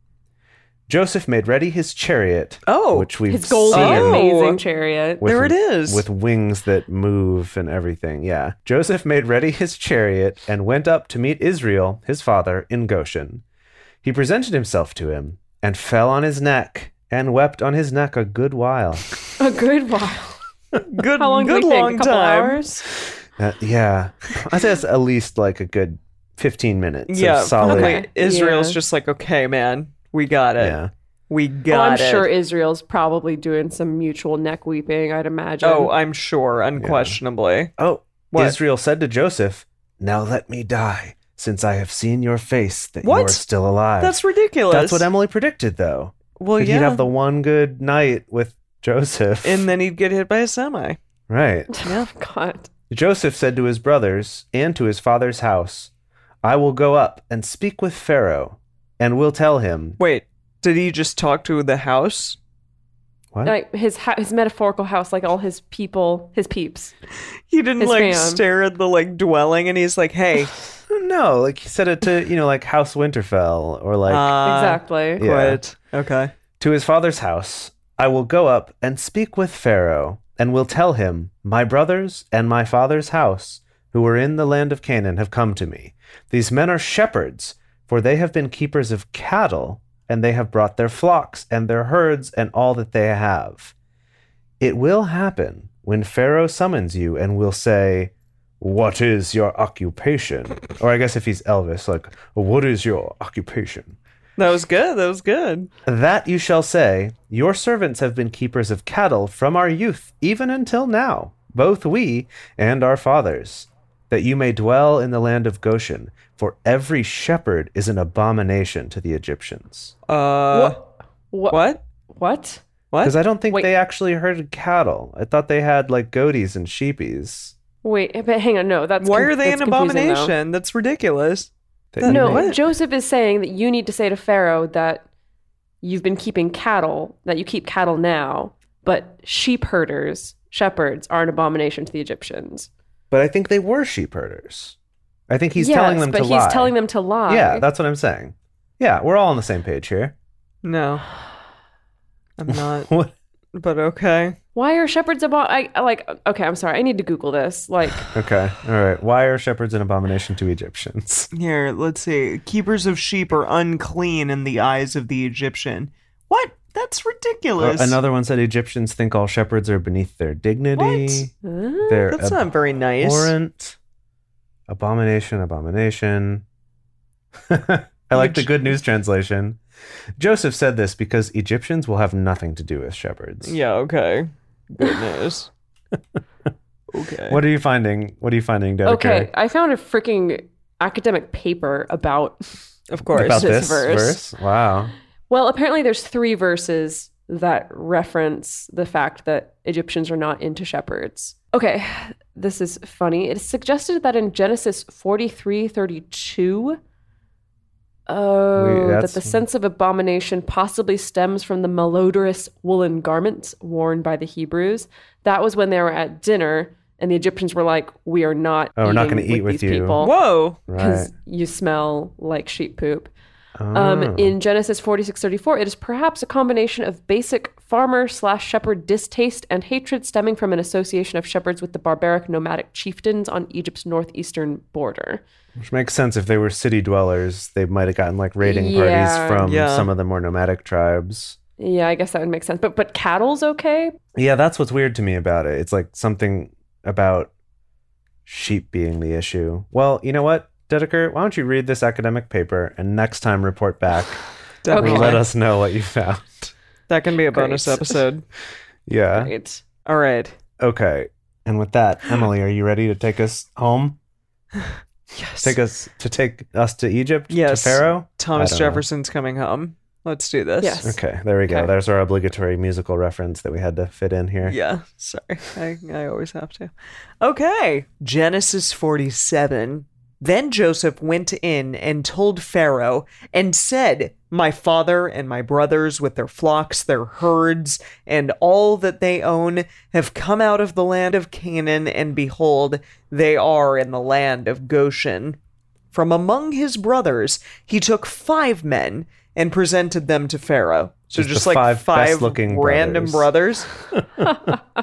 [SPEAKER 3] Joseph made ready his chariot,
[SPEAKER 2] Oh,
[SPEAKER 3] which we've
[SPEAKER 4] His golden,
[SPEAKER 3] seen.
[SPEAKER 2] Oh.
[SPEAKER 4] amazing chariot.
[SPEAKER 3] With-
[SPEAKER 2] there it is.
[SPEAKER 3] With wings that move and everything. Yeah. Joseph made ready his chariot and went up to meet Israel, his father, in Goshen. He presented himself to him and fell on his neck and wept on his neck a good while.
[SPEAKER 4] A good while.
[SPEAKER 2] good,
[SPEAKER 4] How long
[SPEAKER 2] good
[SPEAKER 4] did they take?
[SPEAKER 2] long
[SPEAKER 4] a couple
[SPEAKER 2] time.
[SPEAKER 4] hours?
[SPEAKER 3] Uh, yeah. I think that's at least like a good 15 minutes.
[SPEAKER 2] Yeah,
[SPEAKER 3] Of solid.
[SPEAKER 2] probably
[SPEAKER 4] Okay.
[SPEAKER 2] Israel's
[SPEAKER 4] Yeah.
[SPEAKER 2] just like, okay, man, we got it.
[SPEAKER 3] Yeah.
[SPEAKER 2] We
[SPEAKER 4] Well,
[SPEAKER 2] got
[SPEAKER 4] Oh, I'm
[SPEAKER 2] it.
[SPEAKER 4] sure Israel's probably doing some mutual neck weeping, I'd imagine.
[SPEAKER 2] oh, I'm sure, unquestionably.
[SPEAKER 3] Oh,
[SPEAKER 2] What?
[SPEAKER 3] Israel said to Joseph, Now let me die, since I have seen your face that you
[SPEAKER 2] What?
[SPEAKER 3] are still alive.
[SPEAKER 2] That's ridiculous.
[SPEAKER 3] That's what Emily predicted, though.
[SPEAKER 2] Well,
[SPEAKER 3] That
[SPEAKER 2] yeah.
[SPEAKER 3] He'd have the one good night with Joseph.
[SPEAKER 2] and then he'd get hit by a semi.
[SPEAKER 3] right.
[SPEAKER 4] yeah. God.
[SPEAKER 3] Joseph said to his brothers and to his father's house, I will go up and speak with Pharaoh, and will tell him.
[SPEAKER 2] Wait, did he just talk to the house?
[SPEAKER 3] What?
[SPEAKER 4] Like his ho- his metaphorical house, like all his people, his peeps.
[SPEAKER 2] He didn't
[SPEAKER 4] His
[SPEAKER 2] like
[SPEAKER 4] fam.
[SPEAKER 2] stare at the like dwelling, and he's like, "Hey,
[SPEAKER 3] no, like he said it to, you know, like House Winterfell, or like
[SPEAKER 2] uh,
[SPEAKER 4] exactly.
[SPEAKER 3] yeah.
[SPEAKER 2] Quiet. Okay.
[SPEAKER 3] to his father's house, I will go up and speak with Pharaoh, and will tell him, My brothers and my father's house, who were in the land of Canaan, have come to me. These men are shepherds, for they have been keepers of cattle, and they have brought their flocks and their herds and all that they have. It will happen when Pharaoh summons you and will say, What is your occupation? Or I guess if he's Elvis, like, What is your occupation?
[SPEAKER 2] That was good. That was good.
[SPEAKER 3] That you shall say, Your servants have been keepers of cattle from our youth, even until now, both we and our fathers, that you may dwell in the land of Goshen, for every shepherd is an abomination to the Egyptians.
[SPEAKER 2] Uh, what?
[SPEAKER 4] What? What?
[SPEAKER 2] What?
[SPEAKER 3] Because I don't think
[SPEAKER 4] Wait.
[SPEAKER 3] they actually herded cattle. I thought they had like goaties and sheepies.
[SPEAKER 4] Wait, eh, but hang on. No, that's
[SPEAKER 2] Why
[SPEAKER 4] con-
[SPEAKER 2] are they an
[SPEAKER 4] that's confusing, though.
[SPEAKER 2] abomination? That's ridiculous.
[SPEAKER 3] that
[SPEAKER 2] That-
[SPEAKER 3] you
[SPEAKER 4] No,
[SPEAKER 3] may-
[SPEAKER 2] What?
[SPEAKER 4] Joseph is saying that you need to say to Pharaoh that you've been keeping cattle, that you keep cattle now, but sheep herders, shepherds, are an abomination to the Egyptians.
[SPEAKER 3] But I think they were sheep herders. I think he's
[SPEAKER 4] Yes,
[SPEAKER 3] telling them
[SPEAKER 4] but
[SPEAKER 3] to
[SPEAKER 4] he's
[SPEAKER 3] lie.
[SPEAKER 4] telling them to lie.
[SPEAKER 3] Yeah, that's what I'm saying. Yeah, we're all on the same page here.
[SPEAKER 2] No, I'm not.
[SPEAKER 3] What?
[SPEAKER 2] but okay.
[SPEAKER 4] Why are shepherds about? I I like. Okay, I'm sorry. I need to Google this. Like,
[SPEAKER 3] Okay. All right. Why are shepherds an abomination to Egyptians?
[SPEAKER 2] Here, let's see. Keepers of sheep are unclean in the eyes of the Egyptian. What? That's ridiculous.
[SPEAKER 3] Uh, Another one said Egyptians think all shepherds are beneath their dignity.
[SPEAKER 4] uh,
[SPEAKER 3] They're
[SPEAKER 2] That's not very nice.
[SPEAKER 3] abhorrent. Abomination, abomination. I like the good news translation. Joseph said this because Egyptians will have nothing to do with shepherds.
[SPEAKER 2] Yeah. Okay. Good news. okay.
[SPEAKER 3] What are you finding? What are you finding, Dedeker?
[SPEAKER 4] okay, I found a freaking academic paper about.
[SPEAKER 2] Of course.
[SPEAKER 3] About
[SPEAKER 4] this
[SPEAKER 3] this
[SPEAKER 4] verse?
[SPEAKER 3] verse? Wow.
[SPEAKER 4] Well, apparently there's three verses that reference the fact that Egyptians are not into shepherds. Okay, this is funny. It's suggested that in Genesis 43 32, oh,
[SPEAKER 3] Wait,
[SPEAKER 4] that
[SPEAKER 3] that's-
[SPEAKER 4] the sense of abomination possibly stems from the malodorous woolen garments worn by the Hebrews. That was when they were at dinner and the Egyptians were like, We are not
[SPEAKER 3] Oh, we're not
[SPEAKER 4] eating
[SPEAKER 3] gonna eat with
[SPEAKER 4] these
[SPEAKER 3] you."
[SPEAKER 4] people
[SPEAKER 2] Whoa.
[SPEAKER 4] because
[SPEAKER 3] Right.
[SPEAKER 4] you smell like sheep poop.
[SPEAKER 3] Oh.
[SPEAKER 4] Um, in Genesis 46:34, it is perhaps a combination of basic farmer slash shepherd distaste and hatred stemming from an association of shepherds with the barbaric nomadic chieftains on Egypt's northeastern border.
[SPEAKER 3] Which makes sense. If they were city dwellers, they might have gotten like raiding
[SPEAKER 4] Yeah.
[SPEAKER 3] parties from
[SPEAKER 2] Yeah.
[SPEAKER 3] some of the more nomadic tribes.
[SPEAKER 4] Yeah, I guess that would make sense. But but cattle's okay.
[SPEAKER 3] Yeah, that's what's weird to me about it. It's like something about sheep being the issue. Well, you know what, Dedeker? Why don't you read this academic paper and next time report back and
[SPEAKER 4] Okay.
[SPEAKER 3] let us know what you found?
[SPEAKER 2] That can be a
[SPEAKER 4] Great.
[SPEAKER 2] bonus episode.
[SPEAKER 3] Yeah.
[SPEAKER 4] Right.
[SPEAKER 2] All right.
[SPEAKER 3] Okay. And with that, Emily, are you ready to take us home?
[SPEAKER 2] Yes.
[SPEAKER 3] Take us to take us to Egypt?
[SPEAKER 2] Yes.
[SPEAKER 3] To Pharaoh? I
[SPEAKER 2] Thomas
[SPEAKER 3] don't know.
[SPEAKER 2] Jefferson's coming home. Let's do this.
[SPEAKER 4] Yes.
[SPEAKER 3] Okay, there we go.
[SPEAKER 4] Okay.
[SPEAKER 3] There's our obligatory musical reference that we had to fit in here.
[SPEAKER 2] Yeah, sorry. I, I always have to. Okay. Genesis 47. Then Joseph went in and told Pharaoh and said, My father and my brothers, with their flocks, their herds, and all that they own, have come out of the land of Canaan, and behold, they are in the land of Goshen. From among his brothers, he took five men and presented them to Pharaoh. So
[SPEAKER 3] Just
[SPEAKER 2] just,
[SPEAKER 3] the
[SPEAKER 2] like
[SPEAKER 3] five
[SPEAKER 2] five,
[SPEAKER 3] best-looking
[SPEAKER 2] random brothers.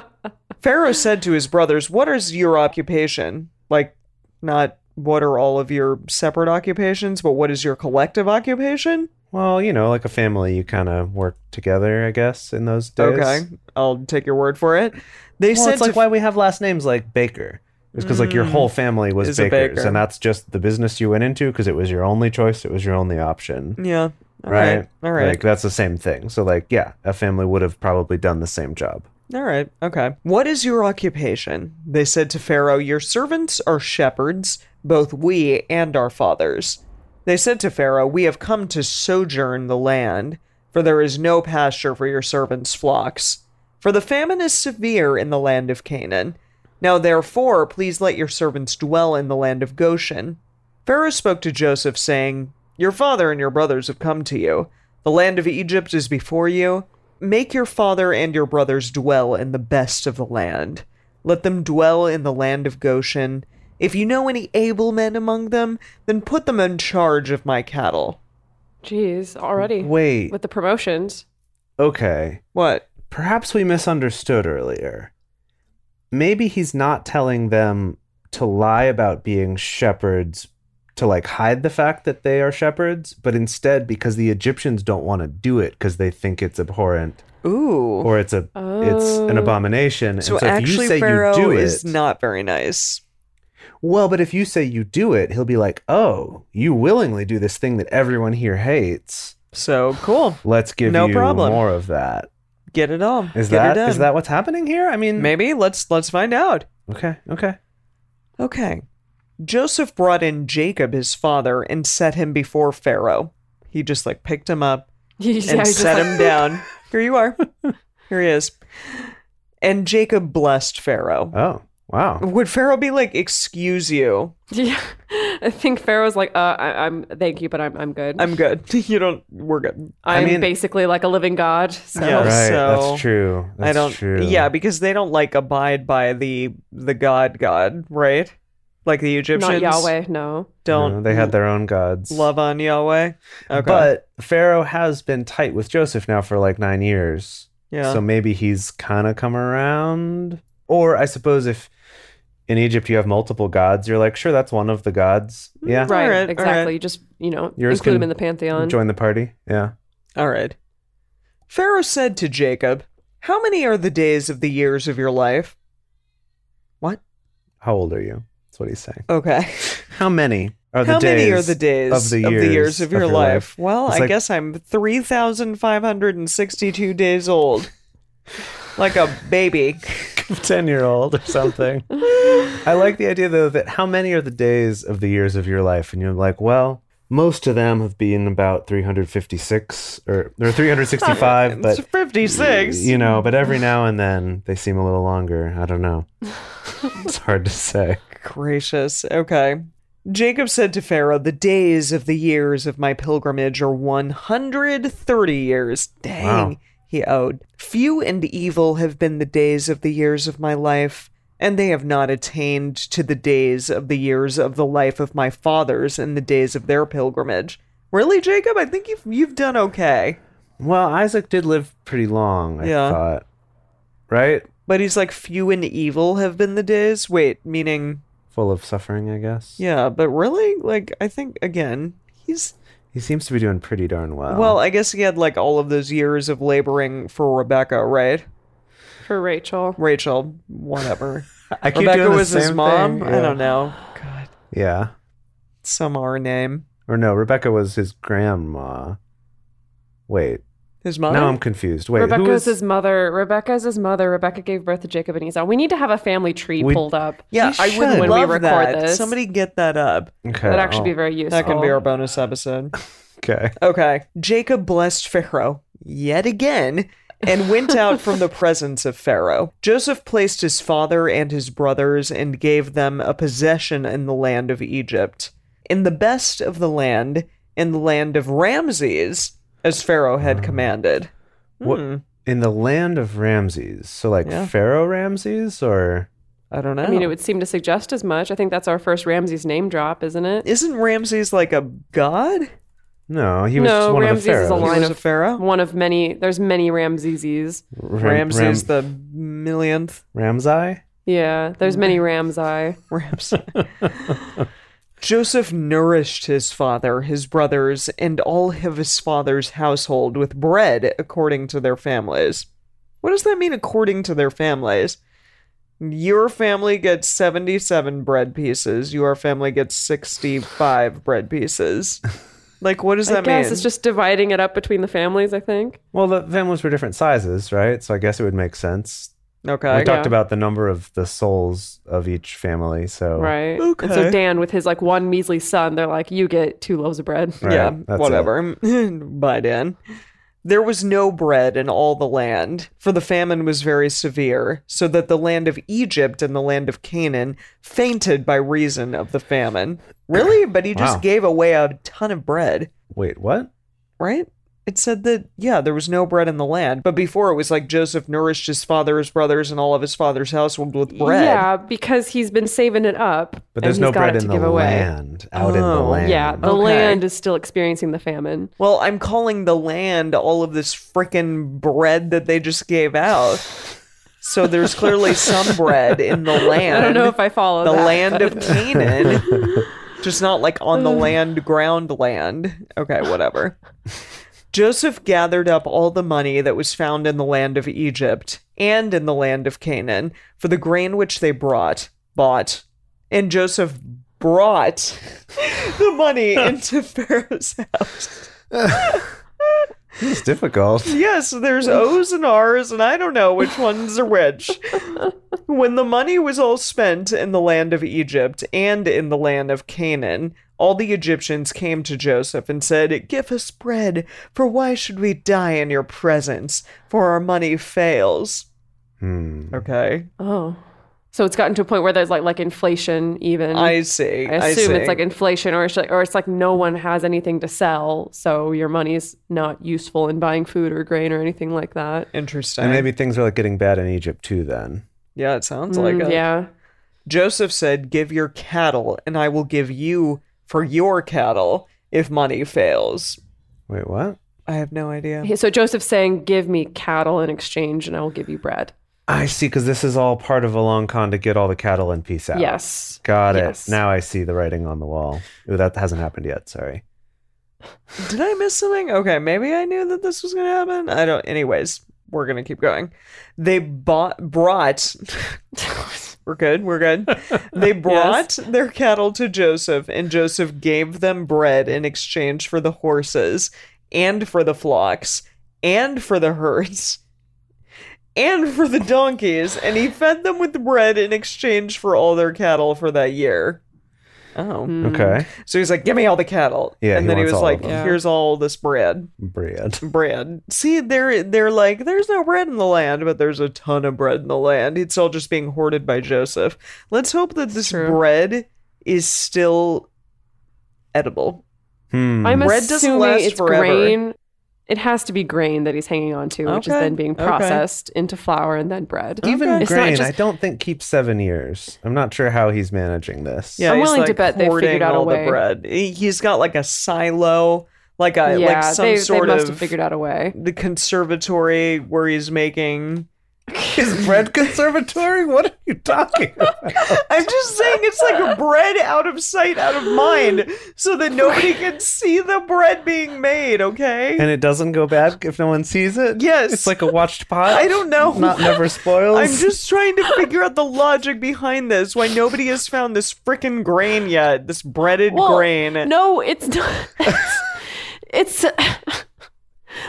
[SPEAKER 2] Pharaoh said to his brothers, What is your occupation? Like, not what are all of your separate occupations, but what is your collective occupation?
[SPEAKER 3] Well, you know, like a family, you kind of work together, I guess, in those days.
[SPEAKER 2] Okay, I'll take your word for it. They
[SPEAKER 3] Well,
[SPEAKER 2] said
[SPEAKER 3] it's like
[SPEAKER 2] to Mm.
[SPEAKER 3] why we have last names like Baker. It's because like your whole family was
[SPEAKER 2] is a
[SPEAKER 3] bakers,
[SPEAKER 2] baker.
[SPEAKER 3] and that's just the business you went into because it was your only choice. It was your only option.
[SPEAKER 2] Yeah. All
[SPEAKER 3] right?
[SPEAKER 2] right. All right.
[SPEAKER 3] Like that's the same thing. So like, yeah, a family would have probably done the same job.
[SPEAKER 2] All right. Okay. What is your occupation? They said to Pharaoh, Your servants are shepherds, both we and our fathers. They said to Pharaoh, We have come to sojourn the land, for there is no pasture for your servants' flocks. For the famine is severe in the land of Canaan. Now, therefore, please let your servants dwell in the land of Goshen. Pharaoh spoke to Joseph, saying, Your father and your brothers have come to you. The land of Egypt is before you. Make your father and your brothers dwell in the best of the land. Let them dwell in the land of Goshen. If you know any able men among them, then put them in charge of my cattle.
[SPEAKER 4] Jeez, already
[SPEAKER 3] Wait.
[SPEAKER 4] with the promotions.
[SPEAKER 3] Okay.
[SPEAKER 2] What?
[SPEAKER 3] Perhaps we misunderstood earlier. Maybe he's not telling them to lie about being shepherds to like hide the fact that they are shepherds, but instead because the Egyptians don't want to do it because they think it's abhorrent
[SPEAKER 2] Ooh.
[SPEAKER 3] or it's a it's an
[SPEAKER 4] Oh.
[SPEAKER 3] abomination.
[SPEAKER 2] so,
[SPEAKER 3] and so if you
[SPEAKER 2] actually,
[SPEAKER 3] say
[SPEAKER 2] Pharaoh
[SPEAKER 3] you do
[SPEAKER 2] is
[SPEAKER 3] it,
[SPEAKER 2] not very nice.
[SPEAKER 3] Well, but if you say you do it, he'll be like, "Oh, you willingly do this thing that everyone here hates.
[SPEAKER 2] So cool.
[SPEAKER 3] Let's give
[SPEAKER 2] No
[SPEAKER 3] you
[SPEAKER 2] problem.
[SPEAKER 3] more of that."
[SPEAKER 2] Get it all. Get it
[SPEAKER 3] Is that
[SPEAKER 2] done.
[SPEAKER 3] is that what's happening here? I mean,
[SPEAKER 2] Maybe let's let's find out.
[SPEAKER 3] okay, okay.
[SPEAKER 2] Okay. Joseph brought in Jacob, his father, and set him before Pharaoh. He just like picked him up
[SPEAKER 4] yeah,
[SPEAKER 2] and
[SPEAKER 4] he's just
[SPEAKER 2] set
[SPEAKER 4] like-
[SPEAKER 2] him down. Here you are. Here he is. And Jacob blessed Pharaoh.
[SPEAKER 3] Oh, wow.
[SPEAKER 2] Would Pharaoh be like, "Excuse you,
[SPEAKER 4] Yeah. I think Pharaoh's like, uh, I, I'm thank you, but I'm I'm good. I'm,
[SPEAKER 2] I'm good. You don't. We're good.
[SPEAKER 3] mean-
[SPEAKER 4] basically like a living god. So
[SPEAKER 2] Yeah.
[SPEAKER 3] right,
[SPEAKER 2] so-
[SPEAKER 3] that's true. That's
[SPEAKER 2] I don't.
[SPEAKER 3] True.
[SPEAKER 2] Yeah, because they don't like abide by the the god god, right? Like the
[SPEAKER 4] not
[SPEAKER 2] Egyptians
[SPEAKER 4] Yahweh, no.
[SPEAKER 3] No,
[SPEAKER 2] don't.
[SPEAKER 3] they had their own gods.
[SPEAKER 2] love on Yahweh. Okay.
[SPEAKER 3] But Pharaoh has been tight with Joseph now for like nine years.
[SPEAKER 2] yeah.
[SPEAKER 3] So maybe he's kind of come around. Or I suppose if in Egypt you have multiple gods, you're like, sure, that's one of the gods.
[SPEAKER 2] Mm,
[SPEAKER 3] Yeah.
[SPEAKER 4] Right,
[SPEAKER 2] Alright,
[SPEAKER 4] exactly.
[SPEAKER 2] alright.
[SPEAKER 4] You just you know
[SPEAKER 3] Yours
[SPEAKER 4] include him
[SPEAKER 3] can
[SPEAKER 4] in the pantheon.
[SPEAKER 3] Join the party. Yeah.
[SPEAKER 2] All right. Pharaoh said to Jacob, How many are the days of the years of your life? What?
[SPEAKER 3] How old are you? That's what he's saying.
[SPEAKER 2] Okay.
[SPEAKER 3] How many are the
[SPEAKER 2] How
[SPEAKER 3] days
[SPEAKER 2] many are the days
[SPEAKER 3] of the years
[SPEAKER 2] of your, life? Well,
[SPEAKER 3] It's
[SPEAKER 2] I
[SPEAKER 3] like-
[SPEAKER 2] guess I'm 3,562 days old. like a baby.
[SPEAKER 3] 10 year old or something. I like the idea, though, that how many are the days of the years of your life? And you're like, well, most of them have been about 356 or, or 365,
[SPEAKER 2] It's
[SPEAKER 3] but
[SPEAKER 2] 56.
[SPEAKER 3] you know, but every now and then they seem a little longer. I don't know. it's hard to say.
[SPEAKER 2] Gracious. Okay. Jacob said to Pharaoh, The days of the years of my pilgrimage are 130 years. Dang,
[SPEAKER 3] Wow.
[SPEAKER 2] he owed. Few and evil have been the days of the years of my life, and they have not attained to the days of the years of the life of my fathers and the days of their pilgrimage. Really, Jacob? I think you've, you've done okay.
[SPEAKER 3] Well, Isaac did live pretty long, I
[SPEAKER 2] Yeah.
[SPEAKER 3] thought. Right?
[SPEAKER 2] But he's like, Few and evil have been the days? Wait, meaning,
[SPEAKER 3] Full of suffering, I guess.
[SPEAKER 2] yeah, but really? Like, I think, again, he's
[SPEAKER 3] He seems to be doing pretty darn well.
[SPEAKER 2] Well, I guess he had like all of those years of laboring for Rebecca, right?
[SPEAKER 4] for Rachel.
[SPEAKER 2] Rachel, whatever.
[SPEAKER 3] I keep
[SPEAKER 2] Rebecca
[SPEAKER 3] doing the
[SPEAKER 2] was his
[SPEAKER 3] same
[SPEAKER 2] mom.
[SPEAKER 3] thing,
[SPEAKER 2] I
[SPEAKER 3] yeah.
[SPEAKER 2] don't know. God,
[SPEAKER 3] Yeah.
[SPEAKER 2] some R name.
[SPEAKER 3] Or no, Rebecca was his grandma. Wait.
[SPEAKER 2] His mother.
[SPEAKER 3] Now I'm confused. Wait,
[SPEAKER 4] Rebecca's
[SPEAKER 3] who is
[SPEAKER 4] his mother. Rebecca's his mother. Rebecca gave birth to Jacob and Esau. We need to have a family tree
[SPEAKER 3] We-
[SPEAKER 4] pulled up.
[SPEAKER 2] yeah,
[SPEAKER 3] You
[SPEAKER 2] I
[SPEAKER 3] should.
[SPEAKER 2] would
[SPEAKER 4] When we
[SPEAKER 2] love
[SPEAKER 4] record
[SPEAKER 2] that.
[SPEAKER 4] this.
[SPEAKER 2] Somebody get that up.
[SPEAKER 3] Okay.
[SPEAKER 4] That'd actually be
[SPEAKER 3] oh,
[SPEAKER 4] very useful.
[SPEAKER 2] That can be our bonus episode.
[SPEAKER 3] Okay.
[SPEAKER 2] Okay. Jacob blessed Pharaoh yet again and went out from the presence of Pharaoh. Joseph placed his father and his brothers and gave them a possession in the land of Egypt, in the best of the land, in the land of Ramses, as Pharaoh had
[SPEAKER 4] Hmm.
[SPEAKER 2] commanded.
[SPEAKER 3] What in the land of Ramses? So like
[SPEAKER 2] Hmm. Yeah.
[SPEAKER 3] Pharaoh Ramses or
[SPEAKER 2] I don't know.
[SPEAKER 4] I mean, it would seem to suggest as much. I think that's our first Ramses name drop, isn't it?
[SPEAKER 2] Isn't Ramses like a god?
[SPEAKER 3] No, he was
[SPEAKER 4] No,
[SPEAKER 3] just one of
[SPEAKER 4] Ramses
[SPEAKER 3] the
[SPEAKER 4] is a
[SPEAKER 3] pharaohs.
[SPEAKER 4] Line
[SPEAKER 2] Line
[SPEAKER 4] of-
[SPEAKER 2] of pharaoh.
[SPEAKER 4] One of many. There's many Ramseses.
[SPEAKER 3] Ram-
[SPEAKER 2] Ramses
[SPEAKER 3] Ram-
[SPEAKER 2] the millionth.
[SPEAKER 3] Ramsay?
[SPEAKER 4] Yeah, there's many Ramsi.
[SPEAKER 2] Ramses. Joseph nourished his father, his brothers, and all of his father's household with bread according to their families. What does that mean, according to their families? Your family gets 77 bread pieces. Your family gets 65 bread pieces. Like, what does
[SPEAKER 4] I
[SPEAKER 2] that
[SPEAKER 4] guess
[SPEAKER 2] mean?
[SPEAKER 4] it's just dividing it up between the families. I think.
[SPEAKER 3] Well, the families were different sizes, right? So I guess it would make sense.
[SPEAKER 4] Uh,
[SPEAKER 2] okay.
[SPEAKER 3] we talked
[SPEAKER 4] Yeah.
[SPEAKER 3] about the number of the souls of each family, so
[SPEAKER 4] Right. And so
[SPEAKER 2] Okay.
[SPEAKER 4] Dan, with his like one measly son, they're like, "You get two loaves of bread."
[SPEAKER 3] Right,
[SPEAKER 2] yeah,
[SPEAKER 3] that's
[SPEAKER 2] whatever. Bye, Dan. There was no bread in all the land, for the famine was very severe, so that the land of Egypt and the land of Canaan fainted by reason of the famine. Really? But he just
[SPEAKER 3] Wow.
[SPEAKER 2] gave away a ton of bread,
[SPEAKER 3] Wait, what?
[SPEAKER 2] right? It said that, yeah, there was no bread in the land. But before it was like Joseph nourished his father, his brothers, and all of his father's household with bread.
[SPEAKER 4] Yeah, because he's been saving it up.
[SPEAKER 3] But there's
[SPEAKER 4] and
[SPEAKER 3] no
[SPEAKER 4] he's got
[SPEAKER 3] bread
[SPEAKER 4] it
[SPEAKER 3] in
[SPEAKER 4] to
[SPEAKER 3] the
[SPEAKER 4] give away.
[SPEAKER 3] land. Out in the
[SPEAKER 2] Oh.
[SPEAKER 3] land.
[SPEAKER 4] Yeah, the
[SPEAKER 2] Okay.
[SPEAKER 4] land is still experiencing the famine.
[SPEAKER 2] Well, I'm calling the land all of this frickin' bread that they just gave out. So there's clearly some bread in the land.
[SPEAKER 4] I don't know if I follow
[SPEAKER 2] the
[SPEAKER 4] that,
[SPEAKER 2] land
[SPEAKER 4] but-
[SPEAKER 2] of Canaan. just not like on the
[SPEAKER 4] Uh.
[SPEAKER 2] land, ground land. Okay, whatever. Joseph gathered up all the money that was found in the land of Egypt and in the land of Canaan for the grain which they brought, bought, and Joseph brought the money into Pharaoh's house.
[SPEAKER 3] It's difficult.
[SPEAKER 2] Yes, there's O's and R's, and I don't know which ones are which. when the money was all spent in the land of Egypt and in the land of Canaan, all the Egyptians came to Joseph and said, Give us bread, for why should we die in your presence? For our money fails.
[SPEAKER 3] Hmm.
[SPEAKER 2] Okay.
[SPEAKER 4] Oh. So it's gotten to a point where there's like like inflation even.
[SPEAKER 2] I see.
[SPEAKER 4] I assume
[SPEAKER 2] see.
[SPEAKER 4] it's like inflation or it's like, or it's like no one has anything to sell, so your money's not useful in buying food or grain or anything like that.
[SPEAKER 2] Interesting.
[SPEAKER 3] And maybe things are like getting bad in Egypt too then.
[SPEAKER 2] yeah, it sounds like
[SPEAKER 4] Mm,
[SPEAKER 2] it.
[SPEAKER 4] yeah.
[SPEAKER 2] Joseph said, Give your cattle, and I will give you for your cattle if money fails.
[SPEAKER 3] Wait, what?
[SPEAKER 2] I have no idea.
[SPEAKER 4] So Joseph's saying, "Give me cattle in exchange and I will give you bread."
[SPEAKER 3] I see, because this is all part of a long con to get all the cattle and peace out.
[SPEAKER 4] Yes.
[SPEAKER 3] Got it.
[SPEAKER 4] Yes.
[SPEAKER 3] Now I see the writing on the wall. Ooh, that hasn't happened yet. Sorry.
[SPEAKER 2] Did I miss something? Okay, maybe I knew that this was going to happen. I don't. Anyways, we're going to keep going. They bought, brought. we're good. We're good. They brought their cattle to Joseph, and Joseph gave them bread in exchange for the horses and for the flocks and for the herds and for the donkeys, and he fed them with bread in exchange for all their cattle for that year. Oh.
[SPEAKER 4] Mm. Mm-hmm.
[SPEAKER 3] Okay.
[SPEAKER 2] So he's like, "Give me all the cattle."
[SPEAKER 3] Yeah,
[SPEAKER 2] and
[SPEAKER 3] he
[SPEAKER 2] then he
[SPEAKER 3] wants
[SPEAKER 2] was
[SPEAKER 3] all of
[SPEAKER 2] like,
[SPEAKER 3] them.
[SPEAKER 4] Yeah.
[SPEAKER 2] "Here's all this bread."
[SPEAKER 3] Bread.
[SPEAKER 2] Bread. See, they're they're like, "There's no bread in the land," but there's a ton of bread in the land. It's all just being hoarded by Joseph. Let's hope that this
[SPEAKER 4] true.
[SPEAKER 2] bread is still edible.
[SPEAKER 3] Hmm.
[SPEAKER 4] I'm
[SPEAKER 2] Bread doesn't
[SPEAKER 4] assuming
[SPEAKER 2] last
[SPEAKER 4] it's
[SPEAKER 2] forever.
[SPEAKER 4] grain. It has to be grain that he's hanging on to, which is
[SPEAKER 2] Okay,
[SPEAKER 4] then being
[SPEAKER 2] okay.
[SPEAKER 4] processed into flour and then bread.
[SPEAKER 3] Even
[SPEAKER 4] It's not
[SPEAKER 3] grain,
[SPEAKER 4] just-
[SPEAKER 3] I don't think keeps seven years. I'm not sure how he's managing this.
[SPEAKER 2] Yeah,
[SPEAKER 4] I'm
[SPEAKER 2] he's,
[SPEAKER 4] willing to
[SPEAKER 2] like,
[SPEAKER 4] bet they
[SPEAKER 2] hoarding
[SPEAKER 4] figured out a
[SPEAKER 2] all
[SPEAKER 4] way.
[SPEAKER 2] the bread. He- He's got like a silo, like a
[SPEAKER 4] yeah,
[SPEAKER 2] like some
[SPEAKER 4] they,
[SPEAKER 2] sort
[SPEAKER 4] they must
[SPEAKER 2] of
[SPEAKER 4] have figured out a way.
[SPEAKER 2] the conservatory where he's making.
[SPEAKER 3] His bread conservatory? What are you talking about?
[SPEAKER 2] I'm just saying it's like bread out of sight, out of mind, so that nobody can see the bread being made, okay?
[SPEAKER 3] and it doesn't go bad if no one sees it?
[SPEAKER 2] Yes.
[SPEAKER 3] It's like a watched pot.
[SPEAKER 2] I don't know.
[SPEAKER 3] Not never spoils.
[SPEAKER 2] I'm just trying to figure out the logic behind this, why nobody has found this frickin' grain yet, this breaded
[SPEAKER 4] Well,
[SPEAKER 2] grain.
[SPEAKER 4] No, it's not. It's, it's-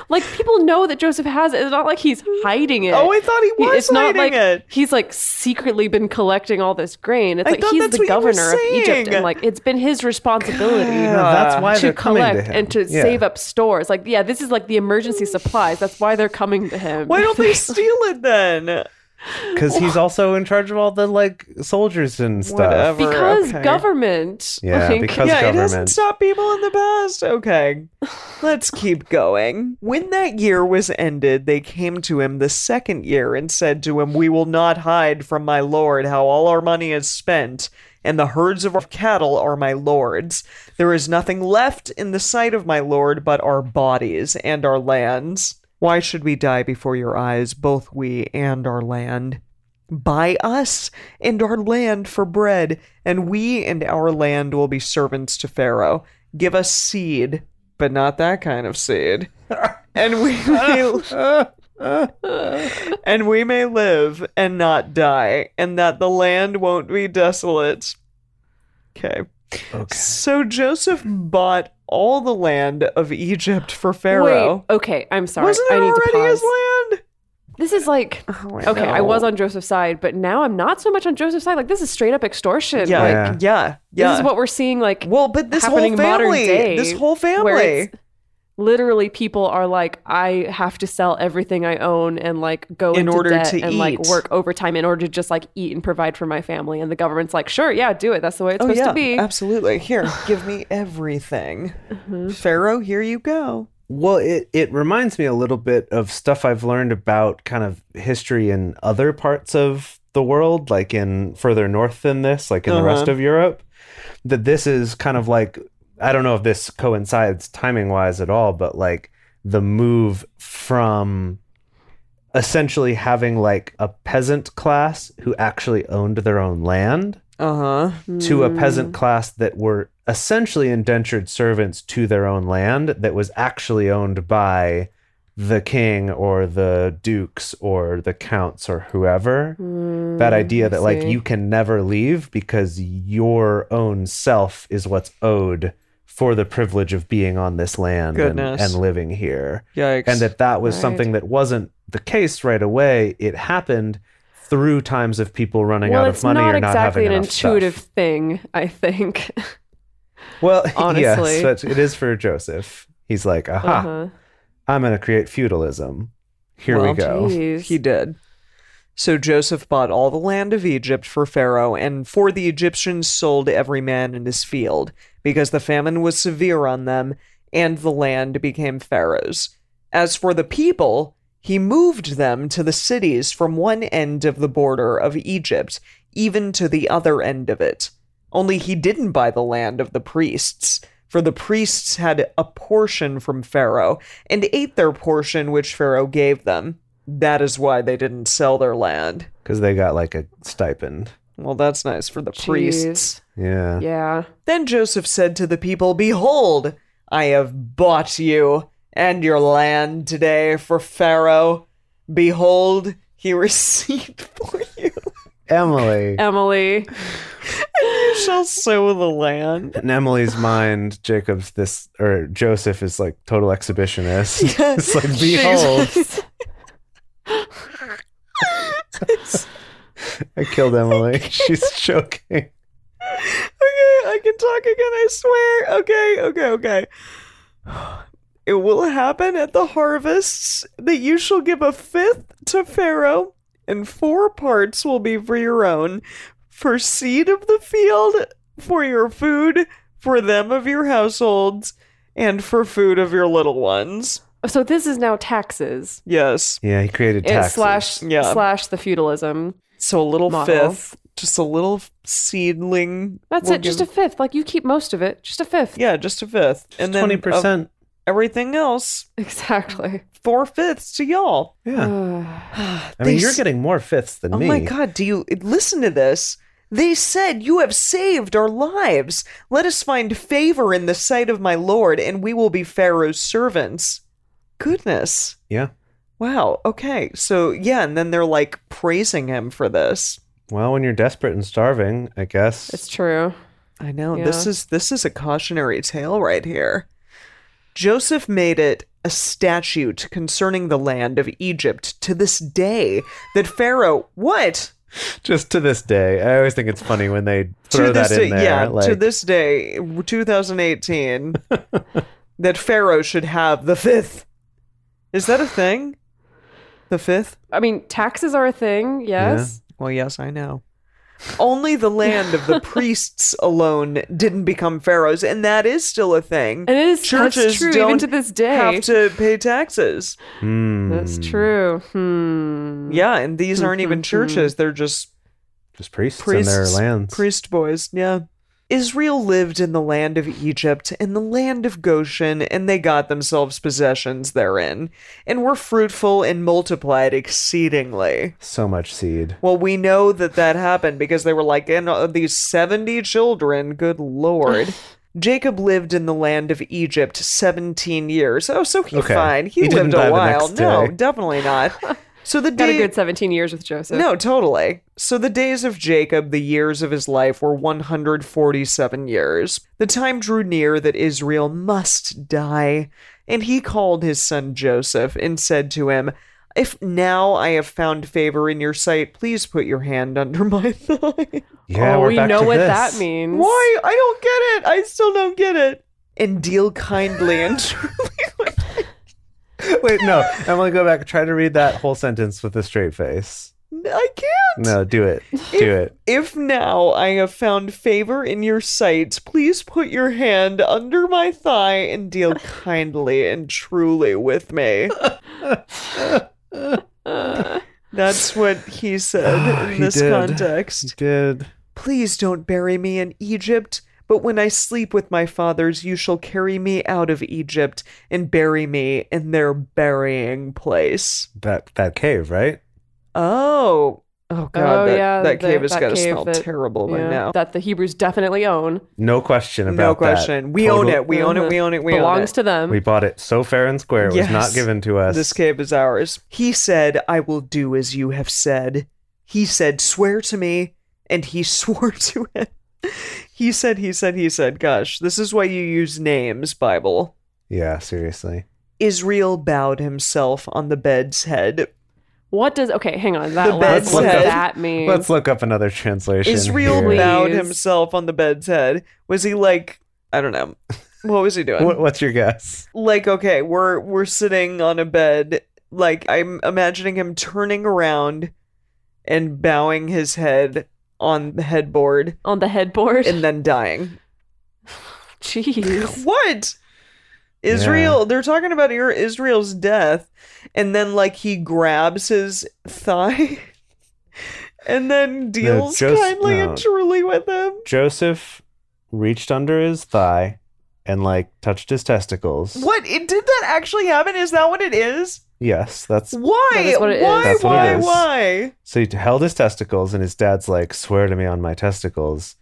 [SPEAKER 4] like people know that Joseph has it. It's not like he's hiding it.
[SPEAKER 2] Oh, I thought he
[SPEAKER 4] He-
[SPEAKER 2] was
[SPEAKER 4] it's not
[SPEAKER 2] hiding
[SPEAKER 4] like
[SPEAKER 2] it.
[SPEAKER 4] he's like secretly been collecting all this grain. It's
[SPEAKER 2] I
[SPEAKER 4] like
[SPEAKER 2] thought
[SPEAKER 4] he's
[SPEAKER 2] that's
[SPEAKER 4] the
[SPEAKER 2] what you were
[SPEAKER 4] governor of Egypt,
[SPEAKER 2] saying.
[SPEAKER 4] and like it's been his responsibility.
[SPEAKER 3] No, that's why they're
[SPEAKER 4] to
[SPEAKER 3] coming to
[SPEAKER 4] collect
[SPEAKER 3] him.
[SPEAKER 4] and to
[SPEAKER 3] Yeah.
[SPEAKER 4] save up stores. Like, yeah, this is like the emergency supplies. That's why they're coming to him.
[SPEAKER 2] Why don't they steal it then?
[SPEAKER 3] because he's also in charge of all the like soldiers and stuff.
[SPEAKER 2] Whatever.
[SPEAKER 4] Because
[SPEAKER 2] okay.
[SPEAKER 4] government.
[SPEAKER 3] Yeah,
[SPEAKER 4] like,
[SPEAKER 3] because-
[SPEAKER 2] yeah, it
[SPEAKER 3] government.
[SPEAKER 2] hasn't stopped people in the past. Okay, let's keep going. When that year was ended, they came to him the second year and said to him, We will not hide from my lord how all our money is spent, and the herds of our cattle are my lord's. There is nothing left in the sight of my lord but our bodies and our lands. Why should we die before your eyes, both we and our land? Buy us and our land for bread, and we and our land will be servants to Pharaoh. Give us seed, but not that kind of seed. And we may, and we may live and not die, and that the land won't be desolate. Okay.
[SPEAKER 3] Okay.
[SPEAKER 2] So Joseph bought all the land of Egypt for Pharaoh.
[SPEAKER 4] Wait, okay, I'm sorry.
[SPEAKER 2] Wasn't it
[SPEAKER 4] I need to
[SPEAKER 2] already
[SPEAKER 4] pause.
[SPEAKER 2] his land?
[SPEAKER 4] This is like
[SPEAKER 2] Oh,
[SPEAKER 4] okay, I
[SPEAKER 2] know.
[SPEAKER 4] was on Joseph's side, but now I'm not so much on Joseph's side. Like this is straight up extortion.
[SPEAKER 2] Yeah,
[SPEAKER 4] Like,
[SPEAKER 3] Yeah.
[SPEAKER 2] yeah, yeah.
[SPEAKER 4] This is what we're seeing like
[SPEAKER 2] well, but this whole
[SPEAKER 4] happening
[SPEAKER 2] family,
[SPEAKER 4] modern day,
[SPEAKER 2] this whole
[SPEAKER 4] where
[SPEAKER 2] family.
[SPEAKER 4] it's- literally people are like I have to sell everything I own and like go
[SPEAKER 2] In
[SPEAKER 4] into
[SPEAKER 2] order
[SPEAKER 4] debt
[SPEAKER 2] to
[SPEAKER 4] and like
[SPEAKER 2] eat.
[SPEAKER 4] work overtime in order to just like eat and provide for my family and the government's like sure, yeah, do it. That's the way it's
[SPEAKER 2] Oh
[SPEAKER 4] supposed
[SPEAKER 2] yeah,
[SPEAKER 4] to be.
[SPEAKER 2] absolutely. Here, give me everything,
[SPEAKER 4] Uh-huh.
[SPEAKER 2] Pharaoh. Here you go.
[SPEAKER 3] Well, it, it reminds me a little bit of stuff I've learned about kind of history in other parts of the world, like in further north than this, like in the rest
[SPEAKER 2] Uh-huh.
[SPEAKER 3] of Europe. That this is kind of like, I don't know if this coincides timing wise at all, but like the move from essentially having like a peasant class who actually owned their own land
[SPEAKER 2] Uh huh.
[SPEAKER 3] to a peasant
[SPEAKER 4] Mm.
[SPEAKER 3] class that were essentially indentured servants to their own land that was actually owned by the king or the dukes or the counts or whoever. that idea that, like,
[SPEAKER 4] Mm, see.
[SPEAKER 3] you can never leave because your own self is what's owed for the privilege of being on this land and,
[SPEAKER 2] Goodness.
[SPEAKER 3] and living here
[SPEAKER 2] Yikes.
[SPEAKER 3] and that that was
[SPEAKER 4] Right.
[SPEAKER 3] something that wasn't the case right away. It happened through times of people running
[SPEAKER 4] Well,
[SPEAKER 3] out of
[SPEAKER 4] it's
[SPEAKER 3] money
[SPEAKER 4] not
[SPEAKER 3] or not
[SPEAKER 4] exactly
[SPEAKER 3] having
[SPEAKER 4] an
[SPEAKER 3] enough stuff.
[SPEAKER 4] intuitive thing, I think.
[SPEAKER 3] Well, yes,
[SPEAKER 4] honestly.
[SPEAKER 3] that's, it is for Joseph. He's like, aha,
[SPEAKER 4] Uh-huh.
[SPEAKER 3] I'm going to create feudalism. Here
[SPEAKER 2] Well,
[SPEAKER 3] we go.
[SPEAKER 4] Jeez.
[SPEAKER 2] he did. So Joseph bought all the land of Egypt for Pharaoh, and for the Egyptians sold every man in his field, because the famine was severe on them, and the land became Pharaoh's. As for the people, he moved them to the cities from one end of the border of Egypt, even to the other end of it. Only he didn't buy the land of the priests, for the priests had a portion from Pharaoh, and ate their portion which Pharaoh gave them. That is why they didn't sell their land.
[SPEAKER 3] Because they got like a stipend.
[SPEAKER 2] Well, that's nice for the
[SPEAKER 4] Jeez.
[SPEAKER 2] priests.
[SPEAKER 3] Yeah.
[SPEAKER 4] Yeah.
[SPEAKER 2] Then Joseph said to the people, Behold, I have bought you and your land today for Pharaoh. Behold, he received for you.
[SPEAKER 3] Emily.
[SPEAKER 4] Emily.
[SPEAKER 2] You shall sow the land.
[SPEAKER 3] In Emily's mind, Jacob's this, or Joseph is like total exhibitionist.
[SPEAKER 2] Yeah.
[SPEAKER 3] it's like, behold, I killed Emily. She's joking.
[SPEAKER 2] okay, I can talk again, I swear. Okay, okay, okay. It will happen at the harvests that you shall give a fifth to Pharaoh, and four parts will be for your own, for seed of the field, for your food, for them of your households, and for food of your little ones.
[SPEAKER 4] so this is now taxes.
[SPEAKER 2] Yes.
[SPEAKER 3] Yeah, he created
[SPEAKER 4] And
[SPEAKER 3] taxes.
[SPEAKER 4] slash
[SPEAKER 2] Yeah.
[SPEAKER 4] slash the feudalism.
[SPEAKER 2] So a little
[SPEAKER 4] Model.
[SPEAKER 2] fifth, just a little seedling.
[SPEAKER 4] That's
[SPEAKER 2] we'll
[SPEAKER 4] it. Just a
[SPEAKER 2] give-
[SPEAKER 4] fifth. Like you keep most of it. Just a fifth.
[SPEAKER 2] yeah, just a fifth, and then uh,
[SPEAKER 3] twenty
[SPEAKER 2] of
[SPEAKER 3] percent.
[SPEAKER 2] everything else
[SPEAKER 4] Exactly. Uh,
[SPEAKER 2] four fifths to y'all.
[SPEAKER 3] Yeah, I
[SPEAKER 2] They
[SPEAKER 3] mean, you're
[SPEAKER 2] s-
[SPEAKER 3] getting more fifths than
[SPEAKER 2] uh, Oh
[SPEAKER 3] me.
[SPEAKER 2] my god, do you listen to this? They said, You have saved our lives. Let us find favor in the sight of my lord, and we will be Pharaoh's servants. Goodness.
[SPEAKER 3] Yeah.
[SPEAKER 2] Wow. Okay. So, yeah, and then they're like praising him for this.
[SPEAKER 3] Well, when you're desperate and starving, I guess.
[SPEAKER 4] It's true.
[SPEAKER 2] I know. This
[SPEAKER 4] Yeah.
[SPEAKER 2] is this is a cautionary tale right here. Joseph made it a statute concerning the land of Egypt to this day that Pharaoh what?
[SPEAKER 3] Just to this day, I always think it's funny when they throw
[SPEAKER 2] to
[SPEAKER 3] that
[SPEAKER 2] this
[SPEAKER 3] in
[SPEAKER 2] day,
[SPEAKER 3] there.
[SPEAKER 2] yeah,
[SPEAKER 3] like,
[SPEAKER 2] to this day, 2018, that Pharaoh should have the fifth. Is that a thing? The fifth?
[SPEAKER 4] I mean, taxes are a thing, yes.
[SPEAKER 2] Well, yes, I know. Only the land of the priests alone didn't become pharaohs, and that is still a thing.
[SPEAKER 4] And it is that's
[SPEAKER 2] Churches
[SPEAKER 4] true
[SPEAKER 2] don't
[SPEAKER 4] even to this day.
[SPEAKER 2] have to pay taxes.
[SPEAKER 3] Hmm.
[SPEAKER 4] That's true. Hmm.
[SPEAKER 2] Yeah, and these aren't even churches; they're just
[SPEAKER 3] Just priests,
[SPEAKER 2] priests,
[SPEAKER 3] in their lands.
[SPEAKER 2] priest boys. Yeah. Israel lived in the land of Egypt and the land of Goshen, and they got themselves possessions therein, and were fruitful and multiplied exceedingly.
[SPEAKER 3] so much seed.
[SPEAKER 2] Well, we know that that happened because they were like, and uh, these 70 children, good lord. Jacob lived in the land of Egypt 17 years. Oh, so he's
[SPEAKER 3] Okay.
[SPEAKER 2] fine. He,
[SPEAKER 3] He didn't
[SPEAKER 2] lived
[SPEAKER 3] die
[SPEAKER 2] a
[SPEAKER 3] the
[SPEAKER 2] while.
[SPEAKER 3] next
[SPEAKER 2] No,
[SPEAKER 3] day.
[SPEAKER 2] definitely not. So the
[SPEAKER 4] Got
[SPEAKER 2] day
[SPEAKER 4] a good 17 years with Joseph.
[SPEAKER 2] no, totally. So the days of Jacob, the years of his life, were 147 years. The time drew near that Israel must die, and he called his son Joseph and said to him, If now I have found favor in your sight, please put your hand under my thigh.
[SPEAKER 3] Yeah,
[SPEAKER 4] oh,
[SPEAKER 3] we're
[SPEAKER 4] we
[SPEAKER 3] back
[SPEAKER 4] know
[SPEAKER 3] to
[SPEAKER 4] what
[SPEAKER 3] this.
[SPEAKER 4] that means.
[SPEAKER 2] Why? I don't get it. I still don't get it. And deal kindly and truly. with-
[SPEAKER 3] Wait, no. Emily, go back. Try to read that whole sentence with a straight face.
[SPEAKER 2] I can't.
[SPEAKER 3] No, do it. Do it.
[SPEAKER 2] If now I have found favor in your sight, please put your hand under my thigh and deal kindly and truly with me.
[SPEAKER 4] Uh,
[SPEAKER 2] That's what he
[SPEAKER 4] Ah,
[SPEAKER 2] said in
[SPEAKER 3] He
[SPEAKER 2] this
[SPEAKER 3] did.
[SPEAKER 2] context.
[SPEAKER 3] Did.
[SPEAKER 2] Please don't bury me in Egypt, but when I sleep with my fathers, you shall carry me out of Egypt and bury me in their burying place.
[SPEAKER 3] That that cave, right?
[SPEAKER 2] Oh. Oh god,
[SPEAKER 4] Oh,
[SPEAKER 2] that,
[SPEAKER 4] yeah,
[SPEAKER 2] that
[SPEAKER 4] the-
[SPEAKER 2] cave has
[SPEAKER 4] that
[SPEAKER 2] gotta
[SPEAKER 4] cave
[SPEAKER 2] smell
[SPEAKER 4] that-
[SPEAKER 2] terrible by
[SPEAKER 4] Yeah,
[SPEAKER 2] now.
[SPEAKER 4] That the Hebrews definitely own.
[SPEAKER 3] No question about that.
[SPEAKER 2] no question. We own
[SPEAKER 3] Total-
[SPEAKER 2] it. We own it. We own it. We
[SPEAKER 4] Belongs
[SPEAKER 2] own
[SPEAKER 4] to them.
[SPEAKER 3] We, bought it so fair and square. It
[SPEAKER 2] Yes.
[SPEAKER 3] was not given to
[SPEAKER 2] it.
[SPEAKER 3] us.
[SPEAKER 2] This cave is ours. He said, "I will do as you have said." He said, "Swear to me," and he swore to him. He said, "He said, he said." Gosh, this is why you use names, Bible.
[SPEAKER 3] Yeah, seriously.
[SPEAKER 2] Israel bowed himself on the bed's head.
[SPEAKER 4] what does okay? Hang on. That
[SPEAKER 2] The
[SPEAKER 4] last,
[SPEAKER 2] bed
[SPEAKER 4] what
[SPEAKER 2] said-
[SPEAKER 4] does that mean?
[SPEAKER 3] Let's look up another translation.
[SPEAKER 2] Israel
[SPEAKER 3] here.
[SPEAKER 4] Please.
[SPEAKER 2] bowed himself on the bed's head. Was he like, I don't know, what was he doing?
[SPEAKER 3] What, what's your guess?
[SPEAKER 2] like okay we're we're sitting on a bed like i'm imagining him turning around and bowing his head on the headboard
[SPEAKER 4] on the headboard.
[SPEAKER 2] and then dying
[SPEAKER 4] Jeez.
[SPEAKER 2] what israel they're talking about Ir- israel's death and then like he grabs his thigh and then deals
[SPEAKER 3] just-
[SPEAKER 2] kindly
[SPEAKER 3] no.
[SPEAKER 2] and truly with him
[SPEAKER 3] Joseph reached under his thigh and like touched his testicles.
[SPEAKER 2] what it, did that actually happen is that what it is
[SPEAKER 3] Yes, that's
[SPEAKER 2] why
[SPEAKER 4] That is what it is.
[SPEAKER 2] why
[SPEAKER 3] That's what it
[SPEAKER 2] why
[SPEAKER 3] is.
[SPEAKER 2] why
[SPEAKER 3] so he held his testicles and his dad's like, swear to me on my testicles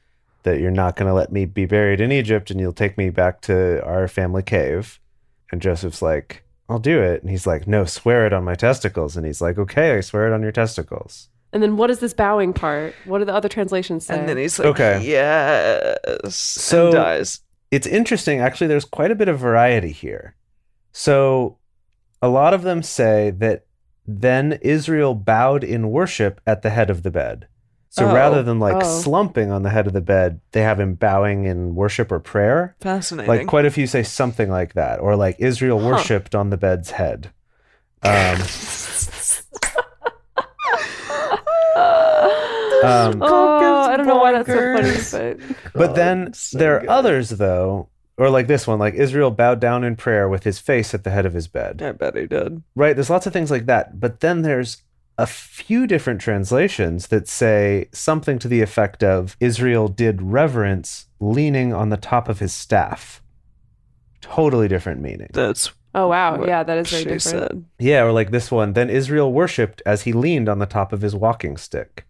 [SPEAKER 3] that you're not gonna let me be buried in Egypt and you'll take me back to our family cave. And Joseph's like, I'll do it. And he's like, No, swear it on my testicles. And he's like, Okay, I swear it on your testicles.
[SPEAKER 4] And then what is this bowing part? What do the other translations say?
[SPEAKER 2] And then he's like,
[SPEAKER 3] Okay.
[SPEAKER 2] yes.
[SPEAKER 3] So-
[SPEAKER 2] and dies.
[SPEAKER 3] it's interesting actually there's quite a bit of variety here so a lot of them say that then israel bowed in worship at the head of the bed so
[SPEAKER 2] Oh.
[SPEAKER 3] rather than like
[SPEAKER 4] Oh.
[SPEAKER 3] slumping on the head of the bed they have him bowing in worship or prayer
[SPEAKER 2] Fascinating.
[SPEAKER 3] like quite a few say something like that or like israel worshipped on the bed's head um, um,
[SPEAKER 4] oh, I don't know why that's
[SPEAKER 2] Cockers,
[SPEAKER 4] so funny, but
[SPEAKER 3] But then there are others though, or like this one, like Israel bowed down in prayer with his face at the head of his bed.
[SPEAKER 2] I bet he did.
[SPEAKER 3] Right? There's lots of things like that. But then there's a few different translations that say something to the effect of Israel did reverence leaning on the top of his staff. Totally different meaning.
[SPEAKER 2] That's
[SPEAKER 4] oh wow,
[SPEAKER 2] what
[SPEAKER 4] yeah, that is very
[SPEAKER 2] she
[SPEAKER 4] different.
[SPEAKER 2] said.
[SPEAKER 3] Yeah, or like this one. Then Israel worshipped as he leaned on the top of his walking stick.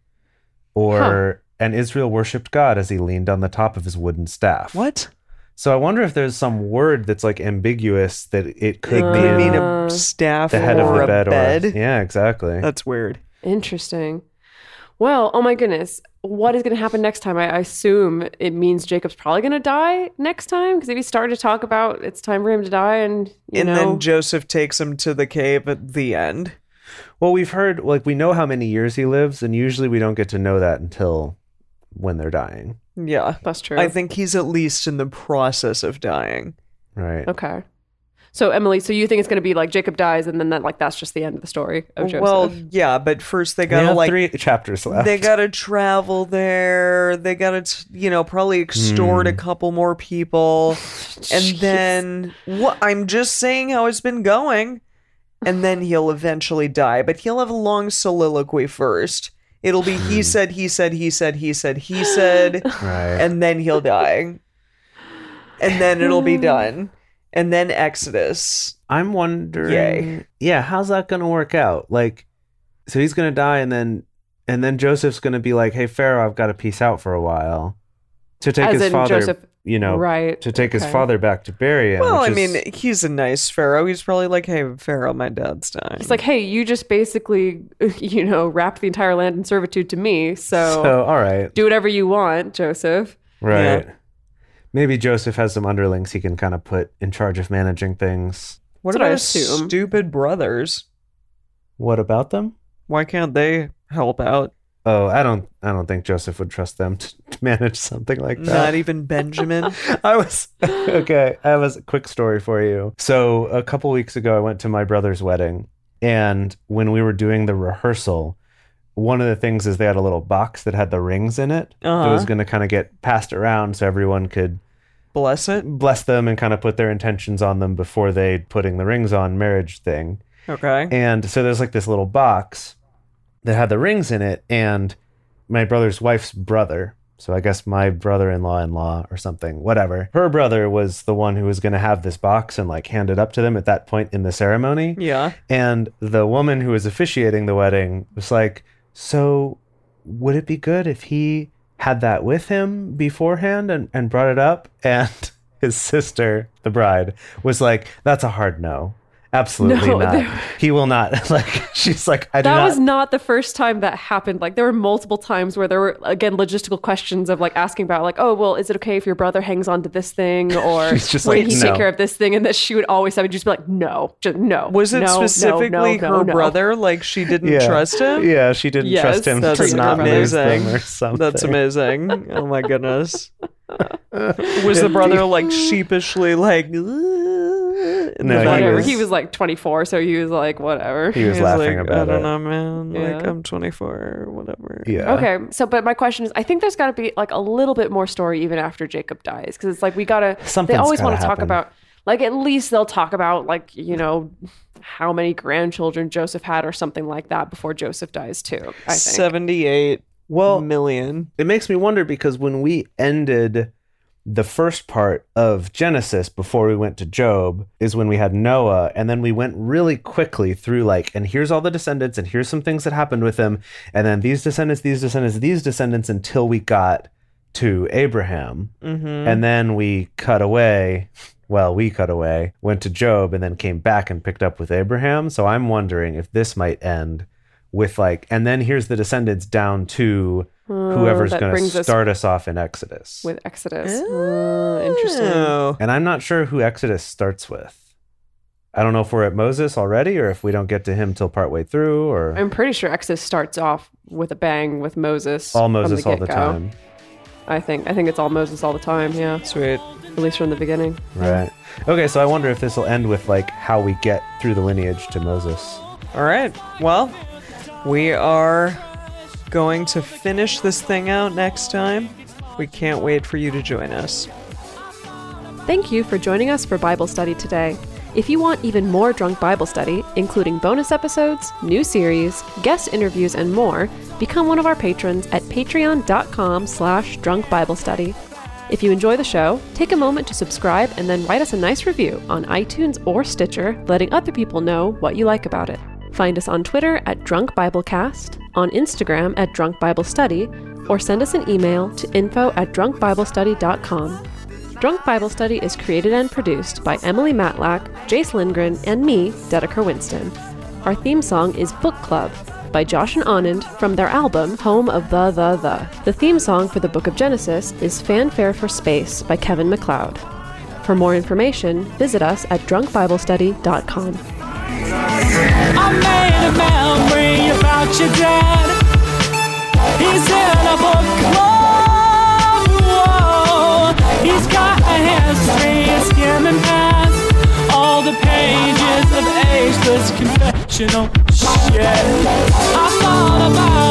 [SPEAKER 3] Or, and Israel worshipped God as he leaned on the top of his wooden staff.
[SPEAKER 2] What?
[SPEAKER 3] So I wonder if there's some word that's like ambiguous that it could
[SPEAKER 2] It
[SPEAKER 3] be
[SPEAKER 2] could
[SPEAKER 3] in
[SPEAKER 2] mean
[SPEAKER 4] Uh,
[SPEAKER 2] a staff
[SPEAKER 3] the head of
[SPEAKER 2] or
[SPEAKER 3] the
[SPEAKER 2] a
[SPEAKER 3] bed,
[SPEAKER 2] bed.
[SPEAKER 3] or yeah, exactly.
[SPEAKER 2] That's weird.
[SPEAKER 4] Interesting. Well, oh my goodness, what is going to happen next time? I I assume it means Jacob's probably going to die next time because if he started to talk about it's time for him to die, and you
[SPEAKER 2] and
[SPEAKER 4] know,
[SPEAKER 2] then Joseph takes him to the cave at the end.
[SPEAKER 3] well, we've heard like we know how many years he lives, and usually we don't get to know that until when they're dying,
[SPEAKER 2] Yeah.
[SPEAKER 4] that's true.
[SPEAKER 2] I think he's at least in the process of dying.
[SPEAKER 3] right?
[SPEAKER 4] Okay. So Emily, so you think it's going to be like Jacob dies, and then that like that's just the end of the story of Joseph.
[SPEAKER 2] Well, yeah, but first they
[SPEAKER 3] We
[SPEAKER 2] gotta
[SPEAKER 3] have
[SPEAKER 2] like
[SPEAKER 3] three chapters left.
[SPEAKER 2] they gotta travel there. They gotta t- you know probably extort
[SPEAKER 3] Hmm.
[SPEAKER 2] a couple more people, and then what? I'm just saying how it's been going, and then he'll eventually die. But he'll have a long soliloquy first. It'll be he said, he said, he said, he said, he said.
[SPEAKER 3] right.
[SPEAKER 2] and then he'll die. And then it'll
[SPEAKER 3] Hmm.
[SPEAKER 2] be done. And then Exodus.
[SPEAKER 3] I'm wondering.
[SPEAKER 2] Yay.
[SPEAKER 3] Yeah, how's that going to work out? Like, so he's going to die, and then and then Joseph's going to be like, "Hey, Pharaoh, I've got to peace out for a while to take
[SPEAKER 4] As
[SPEAKER 3] his
[SPEAKER 4] in
[SPEAKER 3] father,
[SPEAKER 4] Joseph-
[SPEAKER 3] you know,
[SPEAKER 4] right?
[SPEAKER 3] to take his
[SPEAKER 4] okay.
[SPEAKER 3] father back to bury him."
[SPEAKER 2] Well,
[SPEAKER 3] which
[SPEAKER 2] I
[SPEAKER 3] is-
[SPEAKER 2] mean, he's a nice pharaoh. He's probably like, "Hey, pharaoh, my dad's dying."
[SPEAKER 4] It's like, hey, you just basically, you know, wrap the entire land in servitude to me. So,
[SPEAKER 3] so all right,
[SPEAKER 4] do whatever you want, Joseph.
[SPEAKER 3] right. Maybe Joseph has some underlings he can kind of put in charge of managing things.
[SPEAKER 2] what
[SPEAKER 4] that's what I
[SPEAKER 2] about his
[SPEAKER 4] assume.
[SPEAKER 2] stupid brothers?
[SPEAKER 3] What about them?
[SPEAKER 2] Why can't they help out?
[SPEAKER 3] Oh, I don't, I don't think Joseph would trust them to, to manage something like that.
[SPEAKER 2] Not e-, even Benjamin.
[SPEAKER 3] I was okay. I have a quick story for you. So a couple weeks ago, I went to my brother's wedding, and when we were doing the rehearsal, one of the things is they had a little box that had the rings in it that
[SPEAKER 2] Uh-huh.
[SPEAKER 3] was going to kind of get passed around so everyone could
[SPEAKER 2] Bless it.
[SPEAKER 3] bless them and kind of put their intentions on them before they putting the rings on marriage thing.
[SPEAKER 2] Okay.
[SPEAKER 3] And so there's like this little box that had the rings in it, and my brother's wife's brother, so I guess my brother in law in law or something, whatever, her brother was the one who was going to have this box and like hand it up to them at that point in the ceremony.
[SPEAKER 2] yeah.
[SPEAKER 3] And the woman who was officiating the wedding was like, So would it be good if he had that with him beforehand and, and brought it up? And his sister, the bride, was like, That's a hard no. Absolutely
[SPEAKER 4] No,
[SPEAKER 3] not.
[SPEAKER 4] there-
[SPEAKER 3] He will not. like, she's like, I do
[SPEAKER 4] That
[SPEAKER 3] not.
[SPEAKER 4] was not the first time that happened. Like there were multiple times where there were again logistical questions of like asking about like, oh well, is it okay if your brother hangs on to this thing or
[SPEAKER 3] She's just
[SPEAKER 4] will
[SPEAKER 3] like,
[SPEAKER 4] he
[SPEAKER 3] "No."
[SPEAKER 4] take care of this thing? And that she would always have just be like, no, just no.
[SPEAKER 2] Was it
[SPEAKER 4] no, no, no,
[SPEAKER 2] specifically
[SPEAKER 4] no,
[SPEAKER 2] her
[SPEAKER 4] no."
[SPEAKER 2] brother? Like she didn't
[SPEAKER 3] yeah.
[SPEAKER 2] trust him?
[SPEAKER 3] Yeah, she didn't
[SPEAKER 4] Yes,
[SPEAKER 3] trust him
[SPEAKER 4] that's
[SPEAKER 3] to not lose
[SPEAKER 2] amazing.
[SPEAKER 3] them or something.
[SPEAKER 2] That's amazing. Oh my goodness. Was the brother like sheepishly like no,
[SPEAKER 3] No, he
[SPEAKER 4] Whatever.
[SPEAKER 3] was-
[SPEAKER 4] He was like 24, so he was like, whatever.
[SPEAKER 3] He was laughing
[SPEAKER 2] like,
[SPEAKER 3] about
[SPEAKER 2] I don't
[SPEAKER 3] it.
[SPEAKER 2] know, man. Like
[SPEAKER 4] Yeah.
[SPEAKER 2] I'm 24 or whatever.
[SPEAKER 3] Yeah.
[SPEAKER 4] Okay, so but my question is, I think there's got to be like a little bit more story even after Jacob dies, because it's like we gotta.
[SPEAKER 3] Something's
[SPEAKER 4] they always
[SPEAKER 3] gotta
[SPEAKER 4] want to talk
[SPEAKER 3] happen.
[SPEAKER 4] about, like at least they'll talk about like you know how many grandchildren Joseph had or something like that before Joseph dies too. I think.
[SPEAKER 2] 78
[SPEAKER 3] Well,
[SPEAKER 2] million.
[SPEAKER 3] it makes me wonder because when we ended the first part of Genesis before we went to Job is when we had Noah, and then we went really quickly through like, and here's all the descendants, and here's some things that happened with them, and then these descendants, these descendants, these descendants, until we got to Abraham,
[SPEAKER 2] Mm-hmm.
[SPEAKER 3] and then we cut away. Well, we cut away, went to Job, and then came back and picked up with Abraham. So I'm wondering if this might end with like, and then here's the descendants down to whoever's
[SPEAKER 4] Oh, that
[SPEAKER 3] going
[SPEAKER 4] brings
[SPEAKER 3] to
[SPEAKER 4] us-
[SPEAKER 3] start us off in Exodus.
[SPEAKER 4] with Exodus. Uh, interesting.
[SPEAKER 2] Oh.
[SPEAKER 3] and I'm not sure who Exodus starts with. I don't know if we're at Moses already or if we don't get to him till partway through or
[SPEAKER 4] I'm pretty sure Exodus starts off with a bang with Moses.
[SPEAKER 3] all
[SPEAKER 4] from
[SPEAKER 3] Moses all the
[SPEAKER 4] get-go.
[SPEAKER 3] time.
[SPEAKER 4] I think. I think it's all Moses all the time. Yeah,
[SPEAKER 2] Sweet.
[SPEAKER 4] at least from the beginning.
[SPEAKER 3] Right. Okay, so I wonder if this will end with like how we get through the lineage to Moses.
[SPEAKER 2] All right. Well, we are going to finish this thing out next time. We can't wait for you to join us.
[SPEAKER 4] Thank you for joining us for Bible study today. If you want even more Drunk Bible Study, including bonus episodes, new series, guest interviews, and more, become one of our patrons at patreon.com slash drunk Bible study. If you enjoy the show, take a moment to subscribe and then write us a nice review on iTunes or Stitcher, letting other people know what you like about it. Find us on Twitter at Drunk Biblecast, on Instagram at Drunk Bible Study, or send us an email to info at drunkbiblestudy.com. Drunk Bible Study is created and produced by Emily Matlack, Jace Lindgren, and me, Dedeker Winston. Our theme song is Book Club by Josh and Anand from their album Home of the The The. The theme song for the Book of Genesis is Fanfare for Space by Kevin McLeod. For more information, visit us at drunkbiblestudy.com.
[SPEAKER 1] I made a memory about your dad. He's in a book club. Whoa. He's got a history of skimming past all the pages. professional shit. I thought about